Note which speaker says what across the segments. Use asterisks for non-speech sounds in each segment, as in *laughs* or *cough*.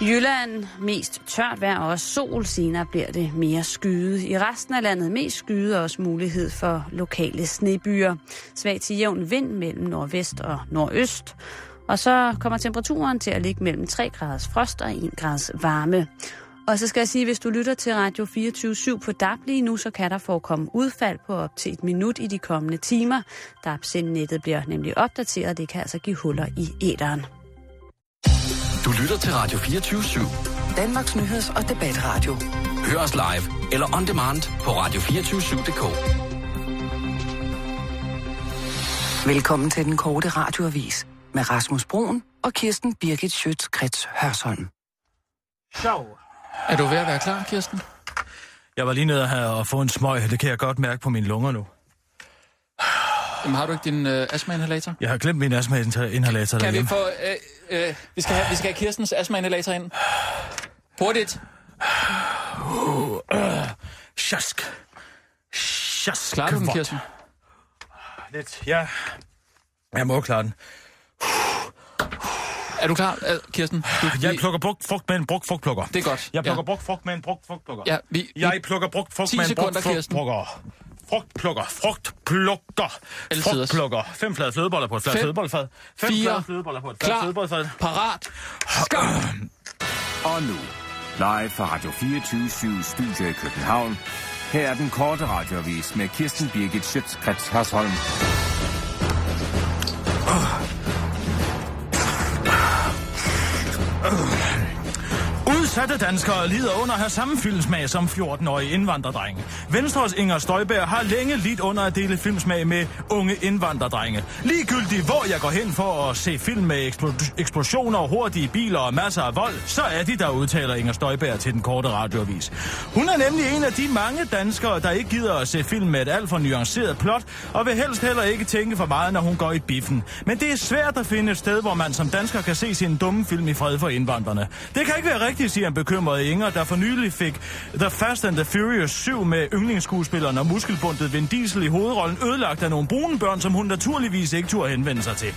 Speaker 1: Jylland mest tørt vejr og også sol, senere bliver det mere skyde. I resten af landet mest skyde og også mulighed for lokale snebyer. Svag til jævn vind mellem nordvest og nordøst. Og så kommer temperaturen til at ligge mellem 3 graders frost og 1 graders varme. Og så skal jeg sige, at hvis du lytter til Radio 24 på DAB lige nu, så kan der forekomme udfald på op til et minut i de kommende timer. DAB-sendnettet bliver nemlig opdateret, og det kan altså give huller i æderen.
Speaker 2: Du lytter til Radio 24-7.
Speaker 3: Danmarks Nyheds- og Debatradio.
Speaker 2: Hør os live eller on demand på radio247.dk.
Speaker 3: Velkommen til den korte radioavis med Rasmus Broen og Kirsten Birgit Schøtz-Krets Hørsholm.
Speaker 4: Sjov.
Speaker 5: Er du ved at være klar, Kirsten?
Speaker 4: Jeg var lige nede her og få en smøg. Det kan jeg godt mærke på mine lunger nu.
Speaker 5: Jamen, har du ikke din øh, astmainhalator?
Speaker 4: Jeg har glemt min astmainhalator
Speaker 5: Kan vi
Speaker 4: derhjemme.
Speaker 5: få... Øh, øh, vi, skal have, vi skal have Kirstens astmainhalator ind. Hurtigt.
Speaker 4: Sjask. Sjask.
Speaker 5: Klarer du den,
Speaker 4: Hvor-
Speaker 5: Kirsten?
Speaker 4: Lidt, ja. Jeg må klare den.
Speaker 5: Er du klar, øh, Kirsten? Du,
Speaker 4: Jeg
Speaker 5: vi,
Speaker 4: plukker brugt frugt med en brugt frugtplukker.
Speaker 5: Det er godt.
Speaker 4: Jeg plukker
Speaker 5: ja.
Speaker 4: ja. brugt frugt med en brugt frugtplukker.
Speaker 5: Ja, vi, vi,
Speaker 4: Jeg plukker brugt frugt
Speaker 5: 10
Speaker 4: med en brugt
Speaker 5: sekunder, Kirsten.
Speaker 4: frugtplukker. Frugtplukker, frugtplukker,
Speaker 5: Altiders.
Speaker 4: frugtplukker. Fem flade flødeboller på et fladt
Speaker 5: Fem,
Speaker 4: flødebollefad. Fem
Speaker 5: fire,
Speaker 4: flade flødeboller på et fladt flødebollefad.
Speaker 5: klar, parat.
Speaker 6: Og nu, live fra Radio 24 Studio i København. Her er den korte radiovis med Kirsten Birgit Schøtzgrads Hasholm.
Speaker 4: Udsatte danskere lider under at have samme filmsmag som 14-årige indvandrerdrenge. Venstres Inger Støjberg har længe lidt under at dele filmsmag med unge indvandrerdrenge. Ligegyldigt hvor jeg går hen for at se film med eksplo- eksplosioner, hurtige biler og masser af vold, så er de der, udtaler Inger Støjberg til den korte radioavis. Hun er nemlig en af de mange danskere, der ikke gider at se film med et alt for nuanceret plot, og vil helst heller ikke tænke for meget, når hun går i biffen. Men det er svært at finde et sted, hvor man som dansker kan se sin dumme film i fred for indvandrerne. Det kan ikke være rigtigt, siger en bekymret Inger, der for nylig fik The Fast and the Furious 7 med yndlingsskuespilleren og muskelbundet Vin Diesel i hovedrollen ødelagt af nogle brune børn, som hun naturligvis ikke turde henvende sig til.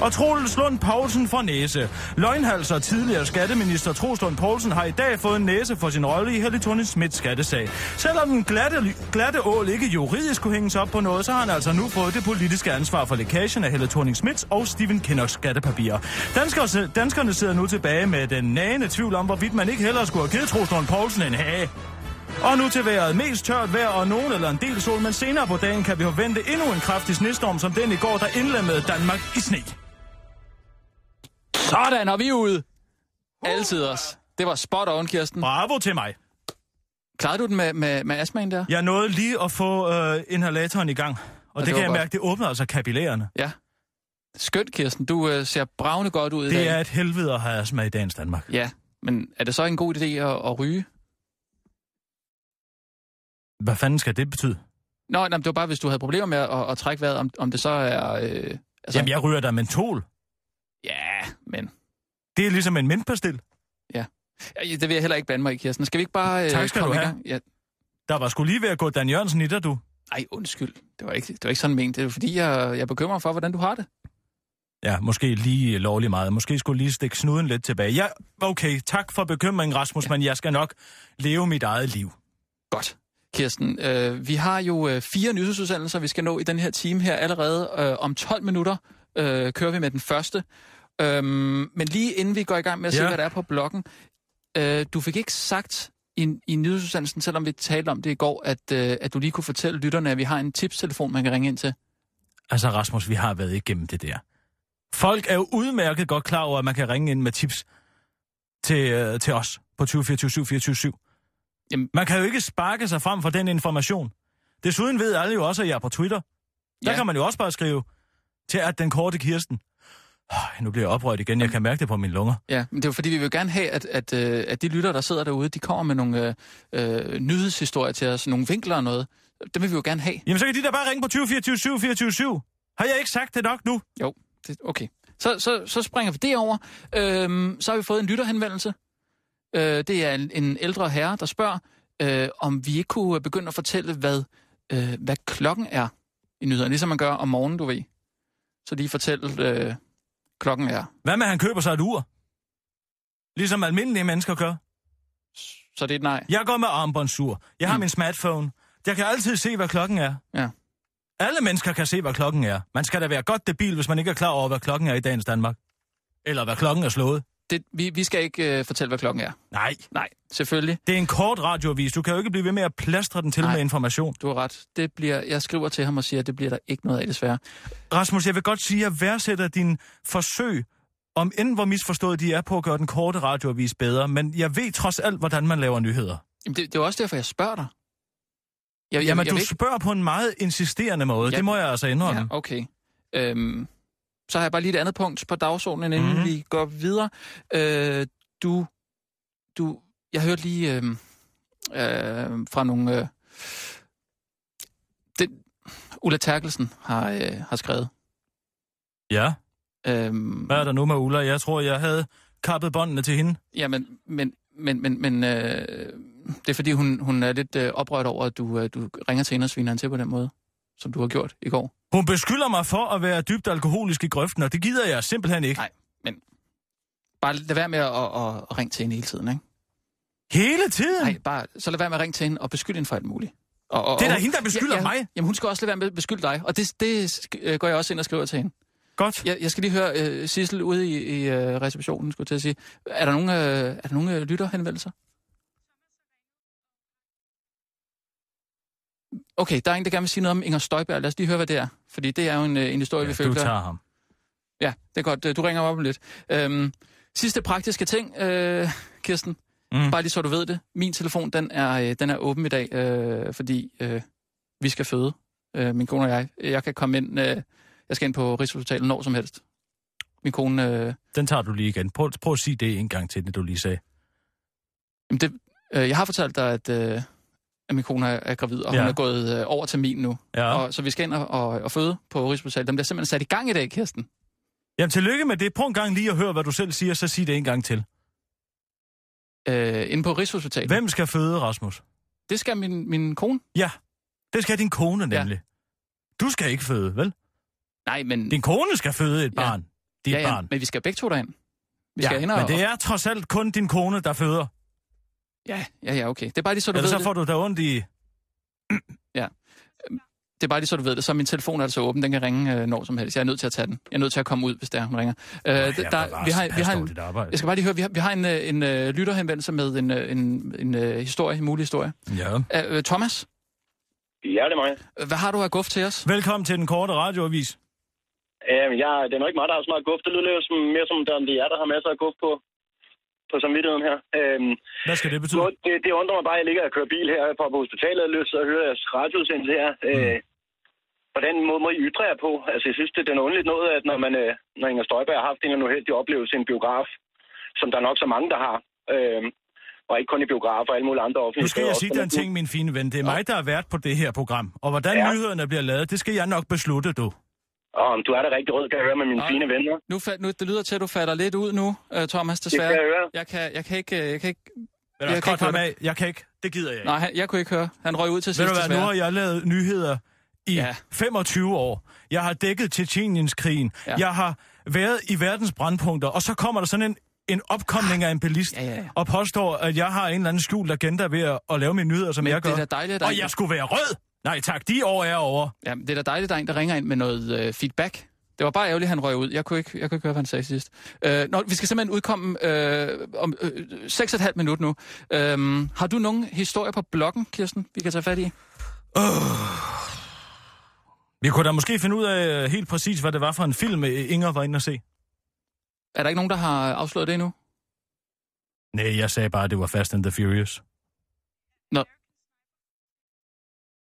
Speaker 4: Og Troels Lund Poulsen fra Næse. Løgnhals og tidligere skatteminister Troels Lund Poulsen har i dag fået en næse for sin rolle i Helly Thorning Smiths skattesag. Selvom den glatte, ly- glatte ål ikke juridisk kunne hænges op på noget, så har han altså nu fået det politiske ansvar for lækagen af Helle Thorning Smiths og Stephen Kinnocks skattepapirer. Danskere, danskerne sidder nu tilbage med den nagende tvivl om, hvorvidt man ikke hellere skulle have givet Troels Lund Poulsen en hage. Og nu til vejret. Mest tørt vejr og nogen eller en del sol, men senere på dagen kan vi forvente endnu en kraftig snestorm som den i går, der indlemmede Danmark i sne.
Speaker 5: Sådan, og vi er ude. Altid os. Det var spot on, Kirsten.
Speaker 4: Bravo til mig.
Speaker 5: Klarede du den med, med, med astmaen der?
Speaker 4: Jeg nåede lige at få øh, inhalatoren i gang, og, og
Speaker 5: det
Speaker 4: det, det
Speaker 5: var
Speaker 4: kan jeg
Speaker 5: godt.
Speaker 4: mærke, det åbner altså kapillærerne.
Speaker 5: Ja. Skønt, Kirsten. Du øh, ser bravende godt ud i dag.
Speaker 4: Det er et helvede at have astma i dagens Danmark.
Speaker 5: Ja, men er det så en god idé at, at ryge?
Speaker 4: Hvad fanden skal det betyde?
Speaker 5: Nå, nej, men det var bare, hvis du havde problemer med at, at, at trække vejret, om, om det så er... Øh, altså,
Speaker 4: Jamen, jeg ryger da mentol.
Speaker 5: Ja, men...
Speaker 4: Det er ligesom en mintpastil.
Speaker 5: Ja, Det vil jeg heller ikke blande mig i, Kirsten. Skal vi ikke bare øh,
Speaker 4: Tak skal
Speaker 5: komme
Speaker 4: du
Speaker 5: i
Speaker 4: have.
Speaker 5: gang? Ja.
Speaker 4: Der var skulle lige ved at gå Dan Jørgensen i dig, du.
Speaker 5: Ej, undskyld. Det var, ikke, det var ikke sådan ment. Det er jo fordi, jeg, jeg bekymrer mig for, hvordan du har det.
Speaker 4: Ja, måske lige lovlig meget. Måske skulle lige stikke snuden lidt tilbage. Ja, okay. Tak for bekymringen, Rasmus, ja. men jeg skal nok leve mit eget liv.
Speaker 5: Godt. Kirsten, øh, vi har jo øh, fire nyhedsudsendelser, vi skal nå i den her time her allerede. Øh, om 12 minutter øh, kører vi med den første. Øhm, men lige inden vi går i gang med at se,
Speaker 4: Ja.
Speaker 5: hvad der er på bloggen, øh, du fik ikke sagt i, i nyhedsudsendelsen, selvom vi talte om det i går, at, øh, at du lige kunne fortælle lytterne, at vi har en tipstelefon, man kan ringe ind til.
Speaker 4: Altså, Rasmus, vi har været igennem det der. Folk er jo udmærket godt klar over, at man kan ringe ind med tips til, øh, til os på 2024-724-7.
Speaker 5: Jamen-
Speaker 4: Man kan jo ikke sparke sig frem for den information. Desuden ved alle jo også, at jeg er på Twitter. Der
Speaker 5: Ja.
Speaker 4: ja. kan man jo også bare skrive til at den korte Kirsten. Øh, Nu bliver jeg oprørt igen. Jeg kan mærke det på mine lunger.
Speaker 5: Ja, men det er jo fordi, vi vil gerne have, at, at, øh, at de lytter, der sidder derude, de kommer med nogle øh, øh, nyhedshistorier til os, nogle vinkler og noget. Dem vil vi jo gerne have.
Speaker 4: Jamen, så kan de da bare ringe på 2024-724-7. Har jeg ikke sagt det nok nu?
Speaker 5: Jo, det, okay. Så, så, så springer vi det over. Øhm, så har vi fået en lytterhenvendelse. Øh, det er en, en ældre herre, der spørger, øh, om vi ikke kunne øh, begynde at fortælle, hvad, øh, hvad klokken er i nyhederne. Ligesom man gør om morgenen, du ved. Så lige fortælle, øh, klokken er.
Speaker 4: Hvad med, at han køber sig et ur? Ligesom almindelige mennesker gør.
Speaker 5: Så det er et nej.
Speaker 4: Jeg går med armbåndsur. Jeg har
Speaker 5: Mm.
Speaker 4: min smartphone. Jeg kan altid se, hvad klokken er.
Speaker 5: Ja.
Speaker 4: Alle mennesker kan se, hvad klokken er. Man skal da være godt debil, hvis man ikke er klar over, hvad klokken er i dagens Danmark. Eller hvad klokken er slået.
Speaker 5: Det, vi, vi skal ikke øh, fortælle, hvad klokken er.
Speaker 4: Nej,
Speaker 5: Nej, selvfølgelig.
Speaker 4: det er en kort radioavis. Du kan jo ikke blive ved med at plastre den til
Speaker 5: Nej.
Speaker 4: med information.
Speaker 5: Du har ret. Det bliver, jeg skriver til ham og siger, at det bliver der ikke noget af, desværre.
Speaker 4: Rasmus, jeg vil godt sige, at jeg værdsætter din forsøg, om end hvor misforstået de er på at gøre den korte radioavis bedre, men jeg ved trods alt, hvordan man laver nyheder.
Speaker 5: Jamen, det, det er også derfor, jeg spørger dig. Jeg, jeg,
Speaker 4: Jamen,
Speaker 5: jeg
Speaker 4: du
Speaker 5: vil ikke-
Speaker 4: spørger på en meget insisterende måde.
Speaker 5: Ja.
Speaker 4: Det må jeg altså indrømme.
Speaker 5: Ja, okay. Øhm, så har jeg bare lige et andet punkt på dagsordenen, inden
Speaker 4: Mhm.
Speaker 5: mm-hmm. vi går videre. Øh, du, du, jeg hørte lige øhm, øh, fra nogle... Øh, den, Ulla Terkelsen har, øh, har skrevet.
Speaker 4: Ja.
Speaker 5: Øhm,
Speaker 4: Hvad er der nu med Ulla? Jeg tror, jeg havde kappet båndene til hende.
Speaker 5: Ja, men, men, men, men, men øh, det er fordi, hun, hun er lidt øh, oprørt over, at du, øh, du ringer til hende og sviner hende til på den måde, som du har gjort i går.
Speaker 4: Hun beskylder mig for at være dybt alkoholisk i grøften, og det gider jeg simpelthen ikke.
Speaker 5: Nej. Bare lad være med at, at, at, at ringe til hende hele tiden, ikke?
Speaker 4: Hele tiden?
Speaker 5: Nej, bare, så lad være med at ringe til hende og beskylde hende for alt muligt. Og, og,
Speaker 4: Det er da
Speaker 5: og-
Speaker 4: hende, der beskylder
Speaker 5: ja, ja,
Speaker 4: mig.
Speaker 5: Jamen, hun skal også lade være med at beskylde dig, og det, det sk- øh, går jeg også ind og skriver til hende.
Speaker 4: Godt.
Speaker 5: Jeg, jeg skal lige høre øh, Sissel ude i, i øh, receptionen, skulle jeg til at sige. Er der nogen, øh, er der nogen øh, lytterhenvendelser? Okay, der er en, der gerne vil sige noget om Inger Støjberg. Lad os lige høre, hvad det er. Fordi det er jo en, øh, en historie, vi
Speaker 4: Ja, du
Speaker 5: følger.
Speaker 4: tager ham.
Speaker 5: Ja, det er godt. Øh, Du ringer mig op om lidt. Øhm, sidste praktiske ting, øh, Kirsten.
Speaker 4: Mm.
Speaker 5: Mm. Bare lige så du ved det. Min telefon, den er, øh, den er åben i dag, øh, fordi øh, vi skal føde, øh, min kone og jeg. Jeg kan komme ind, øh, jeg skal ind på Rigshospitalet når som helst. Min kone, øh,
Speaker 4: Den tager du lige igen. Prøv, prøv at sige det en gang til, det du lige sagde.
Speaker 5: jamen det, øh, jeg har fortalt dig, at, øh, at min kone er, er gravid, og ja.
Speaker 4: Ja.
Speaker 5: hun er gået øh, over til min nu.
Speaker 4: Ja.
Speaker 5: Ja.
Speaker 4: Og...
Speaker 5: Og, så vi skal ind og, og, og føde på Rigshospitalet. Den bliver simpelthen sat i gang i dag, Kirsten.
Speaker 4: Jamen, tillykke med det. Prøv en gang lige at høre, hvad du selv siger, så sig det en gang til.
Speaker 5: Øh, inde på Rigshospitalet.
Speaker 4: Hvem skal føde, Rasmus?
Speaker 5: Det skal min, min kone.
Speaker 4: Ja, det skal din kone
Speaker 5: Ja.
Speaker 4: nemlig. Du skal ikke føde, vel?
Speaker 5: Nej, men...
Speaker 4: Din kone skal føde et
Speaker 5: Ja.
Speaker 4: barn. Dit
Speaker 5: ja, ja,
Speaker 4: barn.
Speaker 5: men vi skal begge to derind. Vi skal ind og...
Speaker 4: men det er trods alt kun din kone, der føder.
Speaker 5: Ja, ja, ja, okay. Det er bare lige så, du ved
Speaker 4: Ellers så
Speaker 5: det.
Speaker 4: får du da ondt i...
Speaker 5: Det er bare lige så, du ved det. Så min telefon er altså åben. Den kan ringe øh, når som helst. Jeg er nødt til at tage den. Jeg er nødt til at komme ud, hvis der hun ringer. Øh,
Speaker 4: Ej,
Speaker 5: der, der, vi har, vi har en,
Speaker 4: dit arbejde.
Speaker 5: jeg skal bare lige høre, vi har, vi har en, øh, en øh, lytterhenvendelse med en, øh, en, en øh, historie, en mulig historie.
Speaker 4: Ja.
Speaker 5: Øh, øh, Thomas,
Speaker 7: Ja, det er mig.
Speaker 5: øh, hvad har du af guf til os?
Speaker 4: Velkommen til den korte radioavis.
Speaker 7: Øhm, jeg, det er nok ikke mig, der har så meget guf. Det lyder lidt som, mere som, om det er jer, der har masser af guf på, på samvittigheden her. Øhm,
Speaker 4: Hvad skal det betyde?
Speaker 7: nu, det, det, undrer mig bare, at jeg ligger og kører bil her på, på hospitalet og lyst til at høre jeres radioudsendelse her.
Speaker 4: Mm.
Speaker 7: Øh, på den måde må I ytre jer på. Altså, jeg synes, det er den underligt noget, at når, man, øh, når Inger Støjberg har haft en eller anden uheldig oplevelse i en biograf, som der er nok så mange, der har, øh, og ikke kun i biografer og alle mulige andre offentlige
Speaker 4: Nu skal jeg
Speaker 7: steder
Speaker 4: sige
Speaker 7: også,
Speaker 4: dig
Speaker 7: men-
Speaker 4: en ting, min fine ven. Det er mig, der er vært på det her program. Og hvordan
Speaker 7: Ja.
Speaker 4: nyhederne bliver lavet, det skal jeg nok beslutte, du.
Speaker 7: Åh, men du er da rigtig rød, kan jeg høre med mine
Speaker 5: Ej.
Speaker 7: fine venner.
Speaker 5: Nu, fa- nu, det lyder til, at du falder lidt ud nu, øh, Thomas,
Speaker 7: Det
Speaker 5: desværre.
Speaker 7: kan jeg høre.
Speaker 5: Jeg kan, jeg kan ikke... øh, Jeg kan ikke
Speaker 4: Men
Speaker 5: Jeg
Speaker 4: jeg
Speaker 5: kan
Speaker 4: kan
Speaker 5: ikke høre
Speaker 4: af. Jeg kan ikke. Det gider jeg ikke.
Speaker 5: nej, han, jeg kunne ikke høre. Han røg ud til
Speaker 4: Ved
Speaker 5: sidst,
Speaker 4: du hvad, nu
Speaker 5: desværre.
Speaker 4: har jeg lavet nyheder i
Speaker 5: Ja.
Speaker 4: ja. 25 år. Jeg har dækket Tjetjenien-krigen.
Speaker 5: Ja.
Speaker 4: Ja. Jeg har været i verdens brandpunkter, og så kommer der sådan en, en opkomling af en bilist,
Speaker 5: Ja, ja, ja.
Speaker 4: og påstår, at jeg har en eller anden skjult agenda ved at, at lave mine nyheder, som
Speaker 5: Men
Speaker 4: jeg
Speaker 5: det
Speaker 4: gør.
Speaker 5: er da dejligt, at der er
Speaker 4: og
Speaker 5: en-
Speaker 4: jeg skulle være rød! Nej tak, de år er over.
Speaker 5: Ja, det er da dejligt, at der er en, der ringer ind med noget øh, feedback. Det var bare ærgerligt, at han røg ud. Jeg kunne ikke, jeg kunne ikke høre, hvad han sagde sidst. Øh, nå, vi skal simpelthen udkomme øh, om øh, 6,5 minut nu. Øh, har du nogen historier på bloggen, Kirsten, vi kan tage fat i?
Speaker 4: Vi kunne da måske finde ud af øh, helt præcis, hvad det var for en film, øh, Inger var inde at se.
Speaker 5: Er der ikke nogen, der har afsløret det endnu?
Speaker 4: Nej, jeg sagde bare, at det var Fast and the Furious.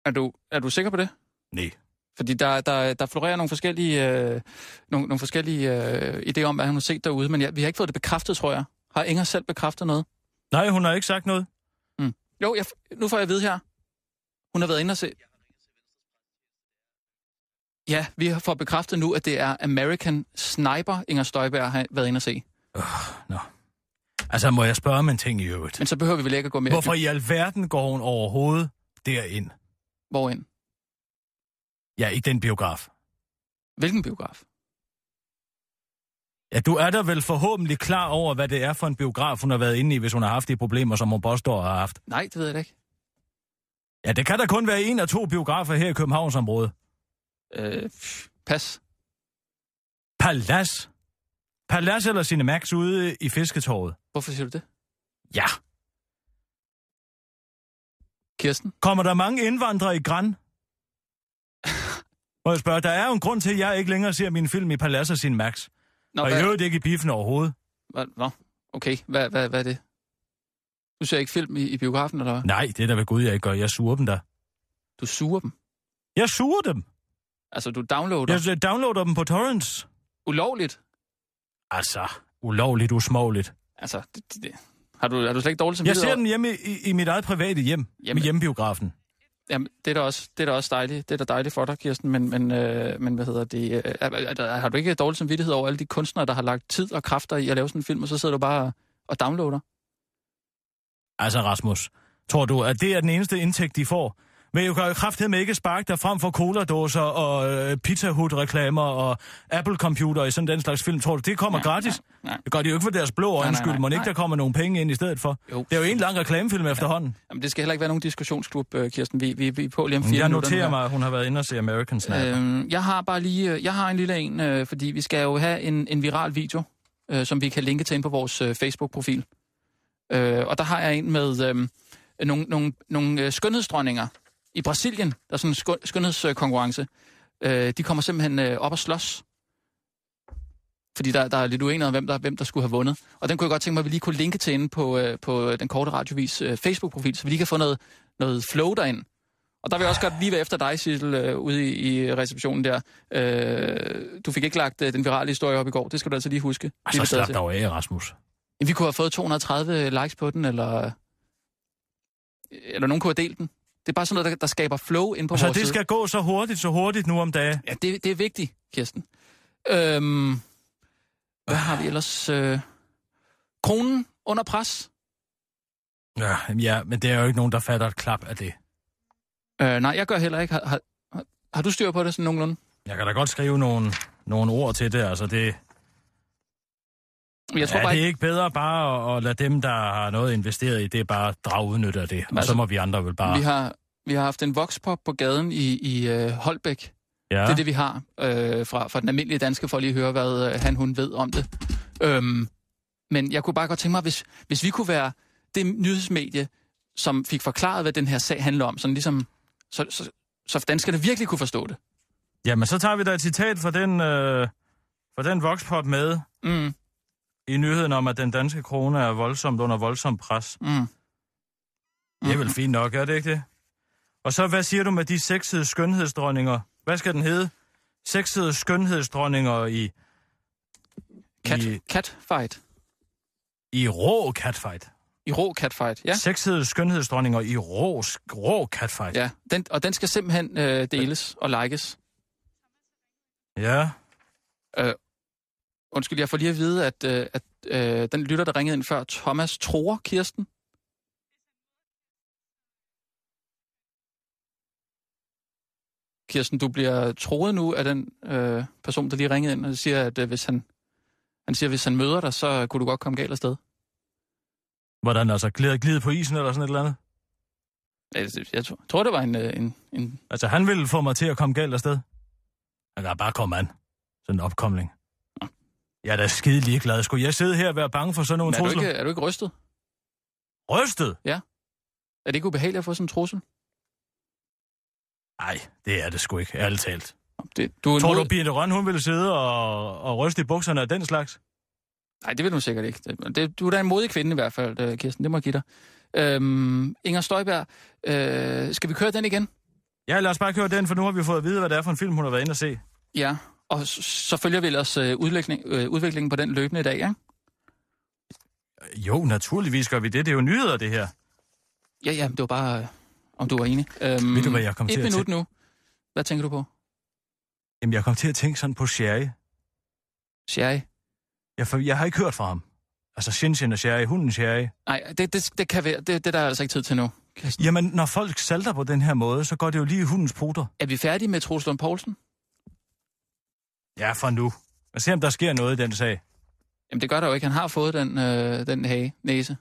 Speaker 5: Er du, er du sikker på det?
Speaker 4: Nej.
Speaker 5: Fordi der, der, der florerer nogle forskellige, øh, nogle, nogle forskellige øh, idéer om, hvad han har set derude, men jeg, vi har ikke fået det bekræftet, tror jeg. Har Inger selv bekræftet noget?
Speaker 4: Nej, hun har ikke sagt noget.
Speaker 5: Jo, jeg, nu får jeg at vide her. Hun har været inde og se. Ja, vi har fået bekræftet nu, at det er American Sniper, Inger Støjberg har været inde og se.
Speaker 4: Altså, må jeg spørge om en ting i øvrigt?
Speaker 5: Men så behøver vi vel ikke at gå mere
Speaker 4: Hvorfor i alverden går hun overhovedet derind?
Speaker 5: Hvorind?
Speaker 4: Ja, ikke den biograf.
Speaker 5: Hvilken biograf?
Speaker 4: Ja, du er da vel forhåbentlig klar over, hvad det er for en biograf, hun har været inde i, hvis hun har haft de problemer, som hun påstår at have haft.
Speaker 5: Nej, det ved jeg da ikke.
Speaker 4: Ja, det kan da kun være en af to biografer her i Københavnsområdet.
Speaker 5: Øh, pff, pas.
Speaker 4: Palas. Palas eller Cinemax ude i Fisketorvet.
Speaker 5: Hvorfor siger du det?
Speaker 4: Ja.
Speaker 5: Kirsten?
Speaker 4: Kommer der mange indvandrere i Gran? Må jeg spørge, der er jo en grund til, at jeg ikke længere ser min film i Palas og Cinemax.
Speaker 5: Nå,
Speaker 4: Og i øvrigt ikke i biffen overhovedet.
Speaker 5: hvad, nå okay. Hvad, hvad, hvad er det? Du ser ikke film i, i biografen, eller hvad?
Speaker 4: Nej, det er da ved Gud, jeg ikke gør. Jeg suger dem da.
Speaker 5: Du suger dem.
Speaker 4: Jeg suger dem.
Speaker 5: Altså, du downloader yes.
Speaker 4: Jeg downloader dem på torrents.
Speaker 5: ulovligt.
Speaker 4: Altså, ulovligt, usmåligt.
Speaker 5: Altså, det, det, det. Har, du, har du slet ikke dårligt som
Speaker 4: Jeg ser den hjemme i, i mit eget private hjem. Hjemme.
Speaker 5: Jamen.
Speaker 4: Med hjemmebiografen.
Speaker 5: Jamen, det er da også, det er da også dejligt. Det er da dejligt for dig, Kirsten, men, men, øh, men hvad hedder det? Øh, er- er- er- har du ikke dårlig samvittighed over alle de kunstnere, der har lagt tid og kræfter i at lave sådan en film, og så sidder du bare og downloader?
Speaker 4: Altså, Rasmus, tror du, at det er den eneste indtægt, de får? Vil jo gøre kraftet med ikke spark der frem for coladåser og øh, pizza Hut reklamer og Apple computer i sådan den slags film. Tror du, det kommer
Speaker 5: Nej,
Speaker 4: gratis?
Speaker 5: nej, nej.
Speaker 4: Det gør de jo ikke for deres blå
Speaker 5: nej,
Speaker 4: øjens skyld.
Speaker 5: nej,
Speaker 4: Må ikke,
Speaker 5: nej.
Speaker 4: der kommer nogle penge ind i stedet for?
Speaker 5: Jo.
Speaker 4: Det er jo en lang reklamefilm efterhånden.
Speaker 5: Jamen, det skal heller ikke være nogen diskussionsklub, øh, Kirsten. Vi, vi, vi er på lige om fire
Speaker 4: Jeg
Speaker 5: minutter nu
Speaker 4: noterer
Speaker 5: her.
Speaker 4: mig, at hun har været inde og se American Altså, Sniper.
Speaker 5: Øhm, jeg har bare lige, øh, jeg har en lille en, øh, fordi vi skal jo have en, en viral video, øh, som vi kan linke til ind på vores øh, Facebook-profil. Øh, og der har jeg en med øh, nogle, nogle, nogle øh, skønhedsdronninger i Brasilien, der er sådan en skøn, skønhedskonkurrence. Øh, de kommer simpelthen øh, op og slås. Fordi der, der er lidt uenighed om, hvem der, hvem der skulle have vundet. Og den kunne jeg godt tænke mig, at vi lige kunne linke til inde på, øh, på den korte radiovis øh, Facebook-profil, så vi lige kan få noget, noget flow derind. Og der vil jeg også godt lige være efter dig, Sissel, øh, ude i, i receptionen der. Øh, du fik ikke lagt øh, den virale historie op i går. Det skal du altså lige huske.
Speaker 4: Altså,
Speaker 5: Lige bedre
Speaker 4: slap
Speaker 5: til.
Speaker 4: dog af, Rasmus.
Speaker 5: Jamen, vi kunne have fået 230 øh, likes på den, eller, eller nogen kunne have delt den. Det er bare sådan noget, der, der skaber flow ind på
Speaker 4: Så
Speaker 5: vores
Speaker 4: Altså, det
Speaker 5: side.
Speaker 4: skal gå så hurtigt, så hurtigt nu om dagen.
Speaker 5: Ja, det, det er vigtigt, Kirsten. Øhm, hvad har vi ellers? Øh, kronen under pres?
Speaker 4: Ja, ja, men det er jo ikke nogen, der fatter et klap af det.
Speaker 5: Øh, nej, jeg gør heller ikke. Har, har, har- har du styr på det sådan nogenlunde?
Speaker 4: Jeg kan da godt skrive nogle, nogle ord til det, altså det...
Speaker 5: Jeg tror
Speaker 4: er
Speaker 5: bare
Speaker 4: det
Speaker 5: ikke...
Speaker 4: ikke bedre bare at, at lade dem, der har noget investeret i det, bare drage udnytte af det? Og
Speaker 5: Altså,
Speaker 4: så må vi andre vel bare...
Speaker 5: Vi har, vi har haft en voxpop på gaden i, i øh, Holbæk.
Speaker 4: ja.
Speaker 5: Det er det, vi har øh, fra, fra den almindelige danske, for lige at høre, hvad øh, han hun ved om det. Øhm, men jeg kunne bare godt tænke mig, hvis, hvis vi kunne være det nyhedsmedie, som fik forklaret, hvad den her sag handler om, sådan ligesom, så, så, så danskerne virkelig kunne forstå det.
Speaker 4: Jamen, så tager vi da et citat fra den, øh, fra den voxpop med
Speaker 5: Mm,
Speaker 4: i nyheden om, at den danske krone er voldsomt under voldsom pres.
Speaker 5: mm.
Speaker 4: Det
Speaker 5: Mhm.
Speaker 4: er vel fint nok, er det ikke det? Og så, hvad siger du med de sexede skønhedsdronninger? Hvad skal den hedde? Sexede skønhedsdronninger i...
Speaker 5: Cat,
Speaker 4: I,
Speaker 5: catfight.
Speaker 4: I rå catfight.
Speaker 5: I rå catfight, ja.
Speaker 4: Ja. Sexede skønhedsdronninger i rå, rå catfight.
Speaker 5: ja. Den, og den skal simpelthen øh, deles og likes.
Speaker 4: ja.
Speaker 5: Undskyld, jeg får lige at vide, at, øh, at øh, den lytter, der ringede ind før, Thomas tror Kirsten. Kirsten, du bliver troet nu af den øh, person, der lige ringede ind, og siger, at øh, hvis han, han siger, hvis han møder dig, så kunne du godt komme galt afsted.
Speaker 4: Hvordan altså? Glide, glide på isen eller sådan et eller andet?
Speaker 5: Jeg, jeg tror- tror, det var en, øh, en, en
Speaker 4: Altså, han ville få mig til at komme galt afsted. Han kan bare komme an. Sådan en opkomling. Jeg er da skide ligeglad. Skulle jeg sidde her og være bange for sådan nogle
Speaker 5: Men er du,
Speaker 4: trusler?
Speaker 5: ikke, er du ikke rystet?
Speaker 4: Rystet?
Speaker 5: Er det ikke ubehageligt at få sådan en trussel?
Speaker 4: Nej, det er det sgu ikke, ærligt talt.
Speaker 5: Det, du er en
Speaker 4: Tror
Speaker 5: mod-
Speaker 4: du, Birte Røn, hun ville sidde og, og ryste i bukserne af den slags?
Speaker 5: Nej, det vil du sikkert ikke. Det- Det, du er da en modig kvinde i hvert fald, øh, Kirsten. Det må jeg give dig. Øhm, Inger Støjberg, øh, skal vi køre den igen?
Speaker 4: Ja, lad os bare køre den, for nu har vi fået at vide, hvad det er for en film, hun har været inde og se.
Speaker 5: Ja. Og s- så følger vi ellers øh, udvikling, øh, udviklingen på den løbende i dag, ikke?
Speaker 4: Jo, naturligvis gør vi det. Det er jo nyheder, det her.
Speaker 5: Ja, ja, men det var bare, øh, om du var enig. Øhm,
Speaker 4: Ved du, hvad jeg kom til
Speaker 5: Et
Speaker 4: at
Speaker 5: minut
Speaker 4: tænke?
Speaker 5: nu. Hvad tænker du på?
Speaker 4: Jamen, jeg kom til at tænke sådan på Sherry.
Speaker 5: Sherry?
Speaker 4: Jeg, for, jeg har ikke hørt fra ham. Altså, Shinshin og Sherry, hunden Sherry.
Speaker 5: Nej, det, det, det kan være. Det, det er der altså ikke tid til nu. Kirsten.
Speaker 4: Jamen, når folk salter på den her måde, så går det jo lige i hundens poter.
Speaker 5: Er vi færdige med Troels Lund Poulsen?
Speaker 4: Ja, for nu. Og se, om der sker noget i den sag.
Speaker 5: Jamen det gør der jo ikke. Han har fået den, øh, den hage, næse.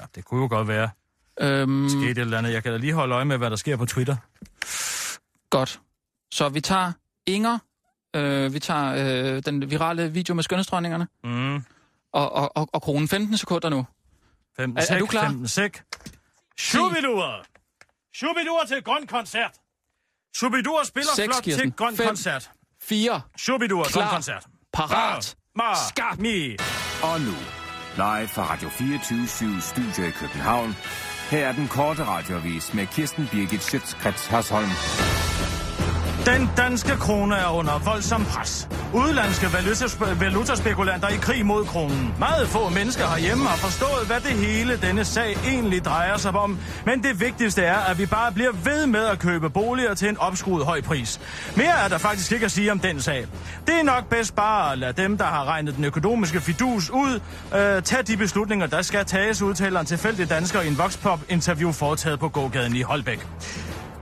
Speaker 4: Ja, det kunne jo godt være.
Speaker 5: Øhm,
Speaker 4: Skete et eller andet. Jeg kan da lige holde øje med, hvad der sker på Twitter.
Speaker 5: Godt. Så vi tager Inger, øh, vi tager øh, den virale video med skønhedsdronningerne,
Speaker 4: Mm.
Speaker 5: og, og, og, og kronen 15 sekunder nu.
Speaker 4: 15
Speaker 5: Er- er
Speaker 4: sæk,
Speaker 5: du klar?
Speaker 4: 15 sæk. Shubiduer! Shubiduer til grøn koncert. Shubiduer spiller
Speaker 5: Seks,
Speaker 4: flot til
Speaker 5: Kirsten.
Speaker 4: grøn
Speaker 5: Fem.
Speaker 4: koncert.
Speaker 5: 4.
Speaker 4: Shubiduer, grøn
Speaker 5: Klar.
Speaker 4: koncert.
Speaker 5: Parat.
Speaker 4: Ma,
Speaker 5: Skarp.
Speaker 4: Mi.
Speaker 6: Og nu, live fra Radio 24 Studio i København. Her er den korte radiovis med Kirsten Birgit Schøtzgrads Hasholm.
Speaker 4: Den danske krone er under voldsom pres. Udlandske valutaspe- valutaspekulanter i krig mod kronen. Meget få mennesker herhjemme har forstået, hvad det hele denne sag egentlig drejer sig om. Men det vigtigste er, at vi bare bliver ved med at købe boliger til en opskruet høj pris. Mere er der faktisk ikke at sige om den sag. Det er nok bedst bare at lade dem, der har regnet den økonomiske fidus ud, øh, tage de beslutninger, der skal tages, udtaler en tilfældig dansker i en Voxpop-interview foretaget på gågaden i Holbæk.